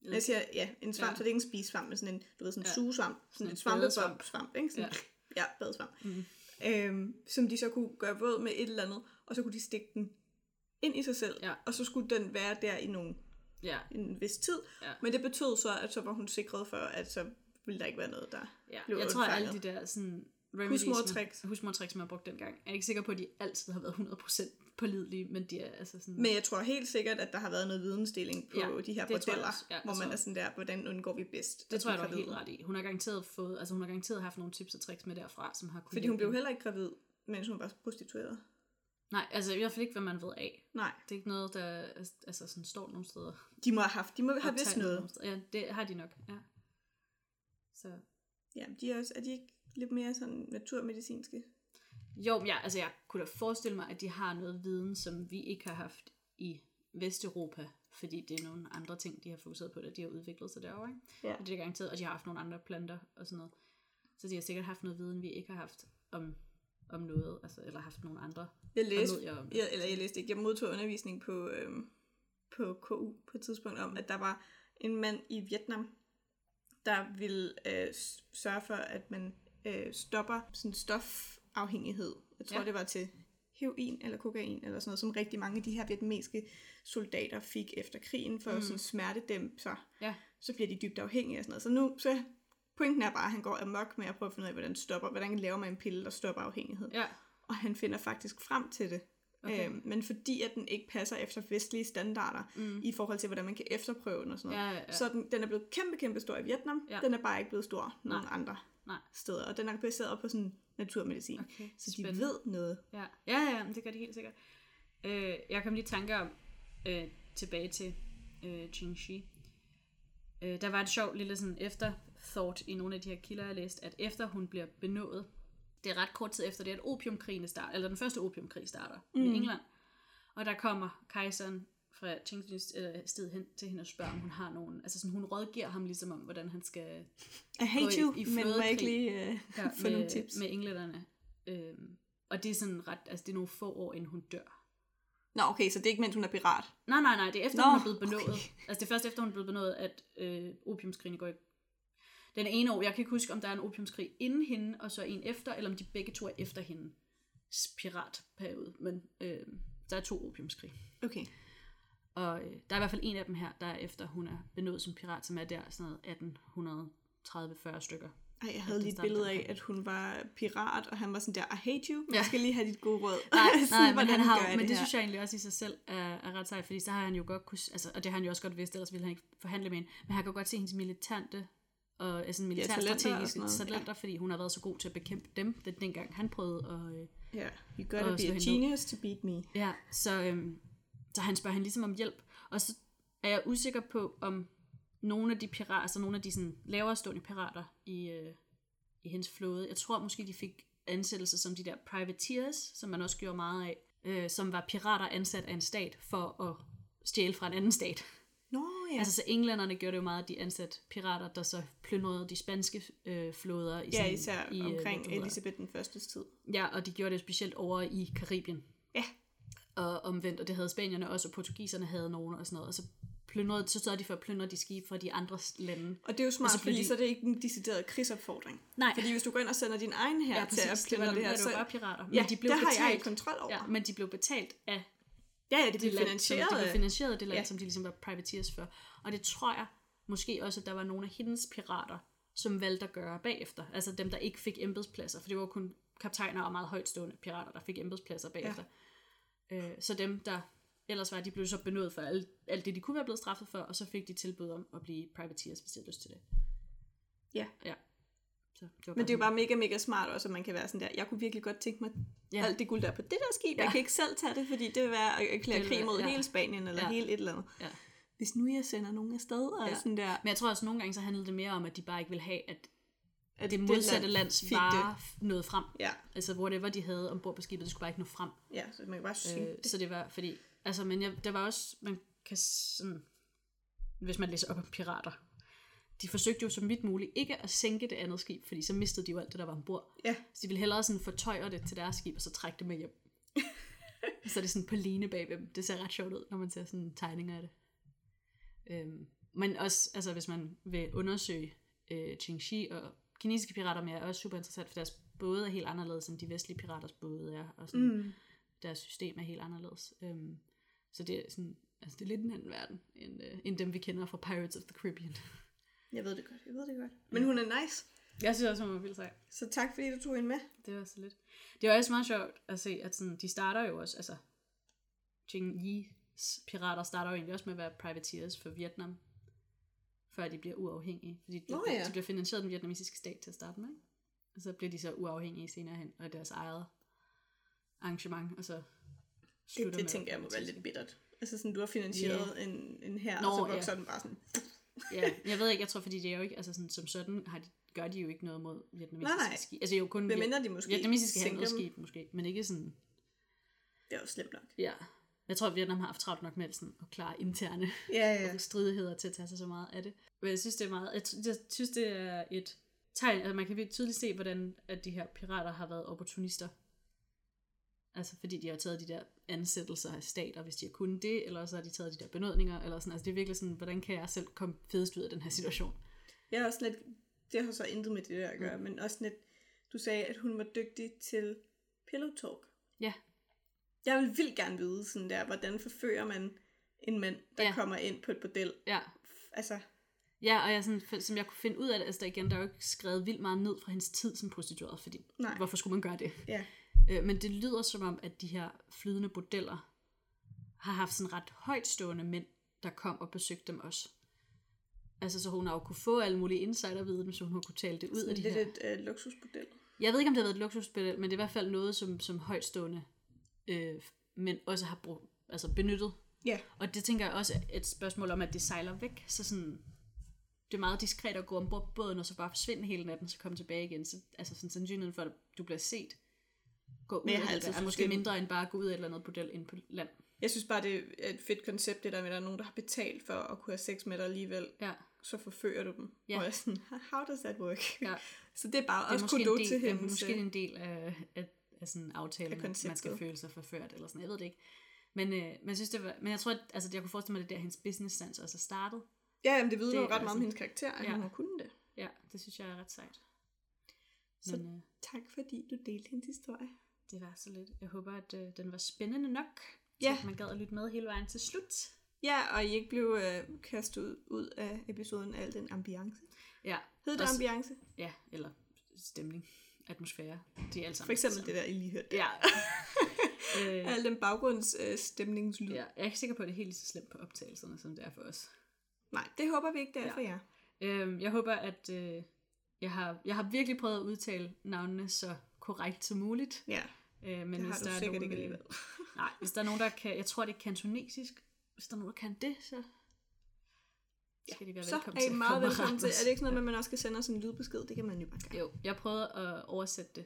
S2: Led.
S1: Jeg siger, ja, en svamp,
S2: Ja.
S1: ja. så det er ikke en spisvamp, men sådan en, du ved, sådan en
S2: Ja.
S1: ja. sugesvamp, sådan
S2: en
S1: en svampebob
S2: badesvamp.
S1: svamp, ikke? Sådan,
S2: Ja.
S1: ja. ja, badesvamp.
S2: Mhm.
S1: Mm. Øhm, som de så kunne gøre våd med et eller andet, og så kunne de stikke den ind i sig selv,
S2: Ja.
S1: og så skulle den være der i nogle
S2: Ja,
S1: en vis tid.
S2: Ja.
S1: Men det betød så, at så var hun sikret for, at så ville der ikke være noget, der...
S2: ja.
S1: blev
S2: Jeg tror, at alle de
S1: undfanget.
S2: der sådan, remedies,
S1: Husmortricks.
S2: man- husmortricks, man har brugt dengang, jeg er ikke sikker på, at de altid har været 100% pålidelige, men de er altså sådan...
S1: Men jeg tror helt sikkert, at der har været noget vidensdeling på
S2: Ja,
S1: ja, de her
S2: det tror jeg
S1: bordeller,
S2: også. Ja, det
S1: hvor
S2: tror
S1: man
S2: jeg
S1: er
S2: også.
S1: sådan der, hvordan undgår vi bedst?
S2: det
S1: at
S2: tror jeg,
S1: blive
S2: du har helt
S1: gravide?
S2: ret i. Hun har garanteret fået, altså hun har garanteret haft nogle tips og tricks med derfra, som har kunnet...
S1: Fordi hun
S2: hjælpe
S1: blev
S2: hende.
S1: heller ikke gravid, mens hun var prostitueret.
S2: Nej, altså i hvert fald ikke, hvad man ved af.
S1: Nej,
S2: Det er ikke noget, der altså, sådan står nogle steder.
S1: de må have haft, de må have vidst
S2: Optegnet
S1: noget.
S2: nogle steder. Ja, det har de nok, ja. Så
S1: Ja, de er, også, er de ikke lidt mere sådan naturmedicinske?
S2: Jo, men jeg, altså jeg kunne da forestille mig, at de har noget viden, som vi ikke har haft i Vesteuropa, fordi det er nogle andre ting, de har fokuseret på, da de har udviklet sig derovre. Ikke?
S1: Ja.
S2: Og det er garanteret, og de har haft nogle andre planter og sådan noget. Så de har sikkert haft noget viden, vi ikke har haft om, om noget, altså, eller haft nogle andre.
S1: Jeg
S2: Hvad
S1: læste,
S2: ved jeg om det?
S1: jeg, eller jeg læste ikke, jeg modtog undervisning på, øhm, på KU på et tidspunkt om, at der var en mand i Vietnam, der ville øh, s- sørge for, at man øh, stopper sådan stofafhængighed. Jeg tror,
S2: Ja.
S1: ja. det var til heroin eller kokain eller sådan noget, som rigtig mange af de her vietnamesiske soldater fik efter krigen for mm. at sådan smertedæmpe sig.
S2: Ja.
S1: Så bliver de dybt afhængige og sådan noget. Så nu, så pointen er bare, at han går amok med at prøve at finde ud af, hvordan stopper, hvordan laver man en pille, der stopper afhængighed
S2: Ja,
S1: og han finder faktisk frem til det.
S2: Okay.
S1: Okay. Øhm, men fordi at den ikke passer efter vestlige standarder mm. i forhold til, hvordan man kan efterprøve den og sådan noget,
S2: Ja, ja, ja.
S1: så den, den er blevet kæmpe, kæmpe stor i Vietnam.
S2: Ja.
S1: Den er bare ikke blevet stor nogen andre
S2: Nej.
S1: steder. Og den er baseret på sådan naturmedicin.
S2: Okay,
S1: Så de
S2: spændende.
S1: ved noget.
S2: Ja, ja, ja men det gør de helt sikkert. Øh, jeg kom lige i tanke om, øh, tilbage til øh, Ching Shi. Øh, der var et sjovt lille sådan efterthought i nogle af de her kilder, jeg læste, at efter hun bliver benået, det er ret kort tid efter det, at opiumkrigen starter, eller den første opiumkrig starter mm. med England. Og der kommer kejseren fra Ching's eller sted hen til hende og spørger, om hun har nogen. Altså sådan, hun rådgiver ham ligesom om, hvordan han skal
S1: I hate
S2: Gå i-
S1: you,
S2: i
S1: men må jeg ikke
S2: flådekrig.
S1: lige øh,
S2: ja,
S1: få nogle
S2: med,
S1: tips?
S2: med englænderne. Øhm, og det er sådan ret, altså det er nogle få år, inden hun dør.
S1: Nå, okay, så det er ikke, mens hun er pirat.
S2: Nej, nej, nej, det er efter,
S1: Nå,
S2: Nå, hun er blevet benådet.
S1: okay.
S2: Okay. Altså det er først efter, hun er blevet benådet, at øh, opiumskrigen går i den ene år, jeg kan ikke huske, om der er en opiumskrig inden hende, og så en efter, eller om de begge to er efter hendes piratperiode. Men øh, der er to opiumskrig.
S1: Okay.
S2: Og øh, der er i hvert fald en af dem her, der er efter, hun er benådet som pirat, som er der sådan noget 1830-40 stykker.
S1: Ej, jeg havde
S2: det
S1: lige et
S2: starter
S1: billede af,
S2: derfra.
S1: at hun var pirat, og han var sådan der, I hate you, men jeg
S2: Ja.
S1: skal lige have dit gode råd.
S2: Nej,
S1: Sådan,
S2: nej men, han har,
S1: gør jeg
S2: men det, det
S1: her?
S2: synes jeg egentlig også i sig selv er, er ret sejt, fordi så har han jo godt kunne, s- altså, og det har han jo også godt vidst, ellers ville han ikke forhandle med hende, men han kan godt se hendes militante og altså
S1: talenter og sådan
S2: militærstrategiske ja,
S1: noget,
S2: talenter, ja. fordi hun har været så god til at bekæmpe dem, den, dengang han prøvede. Og, øh,
S1: Ja, you gotta
S2: Og
S1: be
S2: slå
S1: a
S2: hende ned.
S1: genius to beat me.
S2: ja, så, øhm, så han spørger han ligesom om hjælp, og så er jeg usikker på, om nogle af de pirater, altså nogle af de sådan, lavere stående pirater i, øh, i hendes flåde, jeg tror måske, de fik ansættelse som de der privateers, som man også gjorde meget af, øh, som var pirater ansat af en stat for at stjæle fra en anden stat.
S1: Nå ja.
S2: Ja. Altså så englænderne gjorde det jo meget, at de ansatte pirater, der så plyndrede de spanske øh, flåder. I
S1: ja,
S2: sådan-
S1: især
S2: i, øh,
S1: omkring
S2: hvad det hedder.
S1: Elisabeth den Førstes tid.
S2: Ja, og de gjorde det specielt over i Karibien.
S1: Ja.
S2: Og omvendt, og det havde spanierne også, og portugiserne havde nogen og sådan noget. Og så, plyndrede, så sørgede de for at plyndre de skibe fra de andre lande.
S1: Og det er jo smart, altså,
S2: Altså,
S1: fordi,
S2: fordi-
S1: fordi så er det ikke en decideret krigsopfordring.
S2: Nej,
S1: Fordi hvis du går ind og sender din egen her
S2: ja,
S1: til at
S2: præcis. Det var,
S1: plinde
S2: det
S1: det her,
S2: var
S1: så
S2: jo bare pirater. Men
S1: ja,
S2: de blev
S1: der har
S2: betalt,
S1: jeg ikke kontrol over.
S2: Ja, men de blev betalt af
S1: Ja, ja, det
S2: det
S1: bliver
S2: land, som de
S1: finansieret.
S2: blev
S1: af-
S2: finansieret af det land, ja.
S1: Ja.
S2: som de ligesom var privateers for. Og det tror jeg måske også, at der var nogle af hendes pirater, som valgte at gøre bagefter. Altså dem, der ikke fik embedspladser, for det var jo kun kaptajner og meget højtstående pirater, der fik embedspladser bagefter. Ja. Øh, så dem, der ellers var, de blev så benådet for alt, alt det, de kunne være blevet straffet for, og så fik de tilbud om at blive privateers, hvis de havde lyst til det.
S1: Ja.
S2: ja. Så det var
S1: Men det er jo bare mega, mega smart også, at man kan være sådan der, jeg kunne virkelig godt tænke mig
S2: Ja.
S1: ja. alt det guld, der er på det der skib. Ja. Jeg kan ikke selv tage det, fordi det vil være at erklære
S2: Det vil
S1: krig
S2: være-
S1: mod
S2: ja.
S1: ja. hele Spanien eller
S2: Ja.
S1: ja. hele et eller andet.
S2: Ja.
S1: Hvis nu jeg sender nogen afsted, og
S2: Ja.
S1: ja. sådan der,
S2: Men jeg tror også, nogle gange så handlede det mere om, at de bare ikke ville have, at
S1: at
S2: det modsatte lands
S1: fik det.
S2: varer f- nåede frem.
S1: Ja.
S2: Altså whatever de havde ombord på skibet, det skulle bare ikke nå frem.
S1: ja, så man kan bare synge.
S2: Øh, så det var, fordi, altså, men jeg, der var også, man kan sådan, hvis man læser op om pirater, de forsøgte jo som vidt muligt ikke at sænke det andet skib, fordi så mistede de jo alt det, der var ombord.
S1: Ja.
S2: Så de ville hellere sådan fortøjre det til deres skib, og så trække det med hjem. så er det sådan på line bag dem. Det ser ret sjovt ud, når man ser sådan tegninger af det. Øhm, men også, altså hvis man vil undersøge øh, Qingxi og kinesiske pirater mere, er også super interessant, for deres både er helt anderledes, end de vestlige piraters både er, og sådan, mm. deres system er helt anderledes. Øhm, så det er, sådan, altså det er lidt en anden verden, end, øh, end dem vi kender fra Pirates of the Caribbean.
S1: Jeg ved det godt, jeg ved det godt. Men hun er nice,
S2: Jeg synes også, hun var vildt sej.
S1: så tak fordi du tog hende med.
S2: Det var så lidt. Det var også meget sjovt at se, at sådan, de starter jo også, altså Ching Yi's pirater starter jo egentlig også med at være privateers for Vietnam, før de bliver uafhængige. Fordi de,
S1: Nå
S2: oh, ja.
S1: ja.
S2: de bliver finansieret af den vietnamesiske stat til at starte med, ikke? Og så bliver de så uafhængige senere hen, og deres eget arrangement, og så
S1: Det,
S2: slutter
S1: det
S2: med-
S1: tænker jeg må være lidt bittert. Altså sådan, du har finansieret yeah. en, en her,
S2: Nå,
S1: og så
S2: ja.
S1: vokser yeah. den bare sådan.
S2: Ja, jeg ved ikke, jeg tror, fordi det er jo ikke, altså sådan, som sådan har de, gør de jo ikke noget mod vietnamesiske
S1: Nej, nej.
S2: skibe. Altså jo kun
S1: Hvem mindre de måske
S2: vietnamesiske
S1: sænker dem.
S2: handelsskibe måske, men ikke sådan
S1: Det er jo slemt nok.
S2: Ja. Jeg tror, at Vietnam har haft travlt nok med sådan at klare interne
S1: Ja, ja.
S2: ja. stridigheder til at tage sig så meget af det. Men jeg synes, det er meget... Jeg, t- jeg synes, det er et tegn... Altså, man kan virkelig tydeligt se, hvordan at de her pirater har været opportunister. Altså, fordi de har taget de der ansættelser af stater, hvis de har kunnet det, eller så har de taget de der benådninger, eller sådan. Altså, det er virkelig sådan, hvordan kan jeg selv komme fedest ud af den her situation?
S1: Jeg er også lidt, det har så intet med det der at gøre, mm. men også lidt, du sagde, at hun var dygtig til pillow talk.
S2: Ja,
S1: Jeg vil vildt gerne vide sådan der, hvordan forfører man en mand, der
S2: Ja.
S1: ja. kommer ind på et bordel.
S2: ja.
S1: F- Altså,
S2: Ja, og jeg sådan, f- som jeg kunne finde ud af det, altså der igen, der er jo ikke skrevet vildt meget ned fra hendes tid som prostitueret, fordi
S1: Nej.
S2: hvorfor skulle man gøre det?
S1: ja.
S2: Øh, men det lyder som om, at de her flydende bordeller har haft sådan ret højtstående mænd, der kom og besøgte dem også. Altså, så hun har jo kunne få alle mulige insiderviden, så hun har kunne tale det ud af de
S1: Lidt
S2: her.
S1: et øh, luksusbordel.
S2: Jeg ved ikke, om det har været et luksusbordel, men det er i hvert fald noget, som, som højtstående øh, mænd også har brugt, altså benyttet.
S1: Ja.
S2: Og det tænker jeg også er et spørgsmål om, at det sejler væk, så sådan... Det er meget diskret at gå ombord på båden, og så bare forsvinde hele natten, så komme tilbage igen. Så, altså sådan sandsynligheden for, at du bliver set, gå ud
S1: Men jeg har
S2: af det,
S1: altid
S2: der er
S1: syntes,
S2: måske
S1: det-
S2: mindre end bare at gå ud af et eller andet bordel ind på land.
S1: Jeg synes bare, det er et fedt koncept, det der med, at der er nogen, der har betalt for at kunne have sex med dig alligevel.
S2: Ja.
S1: Så forfører du dem.
S2: Ja.
S1: Og jeg er sådan, how does that work?
S2: Ja.
S1: Så det er bare
S2: Det er
S1: også
S2: måske en
S1: kudo til
S2: del, af,
S1: hende.
S2: måske en del af, af, af sådan aftalen,
S1: Af
S2: at man skal
S1: konceptet.
S2: føle sig forført eller sådan. Jeg ved det ikke. Men, øh, men jeg synes, det var, men jeg tror, at, altså, det- jeg kunne forestille mig, at det er der, hendes business sense også er startet.
S1: Ja, jamen, det vidner
S2: Det
S1: jo
S2: er
S1: ret meget om
S2: sådan-
S1: hendes karakter, at
S2: Ja.
S1: ja. hun har kunnet det.
S2: Ja, det synes jeg er ret sejt.
S1: Så-
S2: Men øh,
S1: Tak fordi du delte hendes historie.
S2: det var så lidt. Jeg håber, at øh, den var spændende nok,
S1: Ja.
S2: så at man gad at lytte med hele vejen til slut.
S1: Ja, og I ikke blev øh, kastet ud, ud af episoden af al den ambiance.
S2: Ja,
S1: Hed det
S2: Også-
S1: ambiance?
S2: ja eller stemning, atmosfære, det er alt sammen.
S1: For eksempel
S2: det
S1: det der, I lige hørte.
S2: Ja. øh,
S1: Al den baggrundsstemningslyd. Øh,
S2: ja.
S1: ja.
S2: Jeg er ikke sikker på, at det er helt lige så slemt på optagelserne, som det er for os.
S1: Nej, det håber vi ikke, det er
S2: Ja.
S1: ja. for jer.
S2: Øhm, jeg håber, at øh, jeg, har, jeg har virkelig prøvet at udtale navnene så korrekt som muligt.
S1: Ja,
S2: Øh, men
S1: det har
S2: hvis
S1: du
S2: der er
S1: sikkert
S2: nogen,
S1: ikke
S2: øh,
S1: alligevel.
S2: Nej, hvis der er nogen, der kan... Jeg tror, det er kantonesisk. Hvis der er nogen, der kan det, så skal de være
S1: Så
S2: velkommen
S1: er
S2: til.
S1: I
S2: at
S1: meget
S2: komme og
S1: velkommen
S2: rette
S1: til.
S2: os.
S1: Er det ikke sådan noget med, at man også skal sende os en lydbesked? Det kan man jo bare gøre.
S2: Jo, jeg prøvede at oversætte det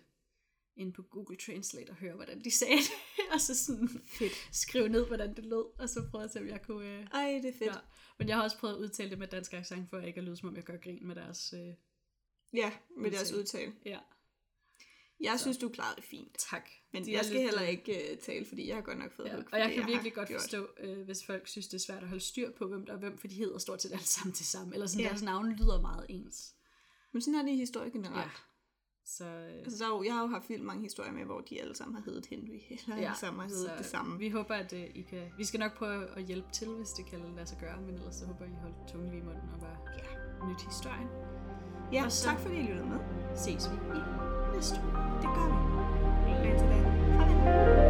S2: ind på Google Translate og høre, hvordan de sagde det, og så sådan Fedt. skrive ned, hvordan det lød, og så prøvede jeg at se, om jeg kunne... Øh...
S1: Ej, det er fedt.
S2: Ja. Men jeg har også prøvet at udtale det med dansk accent, for ikke at lyde, som om jeg gør grin med deres... Øh...
S1: Ja, med deres
S2: Udtale.
S1: udtale.
S2: Ja,
S1: Jeg synes, du klarede det fint.
S2: tak.
S1: Men
S2: De er
S1: jeg skal
S2: lidt,
S1: heller
S2: øh,
S1: ikke øh, tale, fordi jeg har godt nok fået
S2: Ja,
S1: hug for
S2: og jeg
S1: det,
S2: kan virkelig
S1: har
S2: godt
S1: gjort.
S2: forstå, øh, hvis folk synes, det er svært at holde styr på, hvem der er hvem, for de hedder stort set alle sammen til sammen. Eller sådan, ja.
S1: Ja.
S2: deres navne lyder meget ens.
S1: Men sådan er det i historie generelt. Ja.
S2: Så, øh,
S1: Altså, der er jo, jeg har jo haft vildt mange historier med, hvor de alle sammen har heddet Henry, eller ja, alle sammen har heddet det samme.
S2: Altså, Vi håber, at øh, I kan... Vi skal nok prøve at hjælpe til, hvis det kan lade sig gøre, men ellers så håber jeg, I holder tungen lige i munden og bare
S1: Ja.
S2: nyt historien.
S1: Ja,
S2: Og så-
S1: tak fordi I lyttede med.
S2: Ses vi i næste uge.
S1: Det gør vi. Indtil da. Farvel.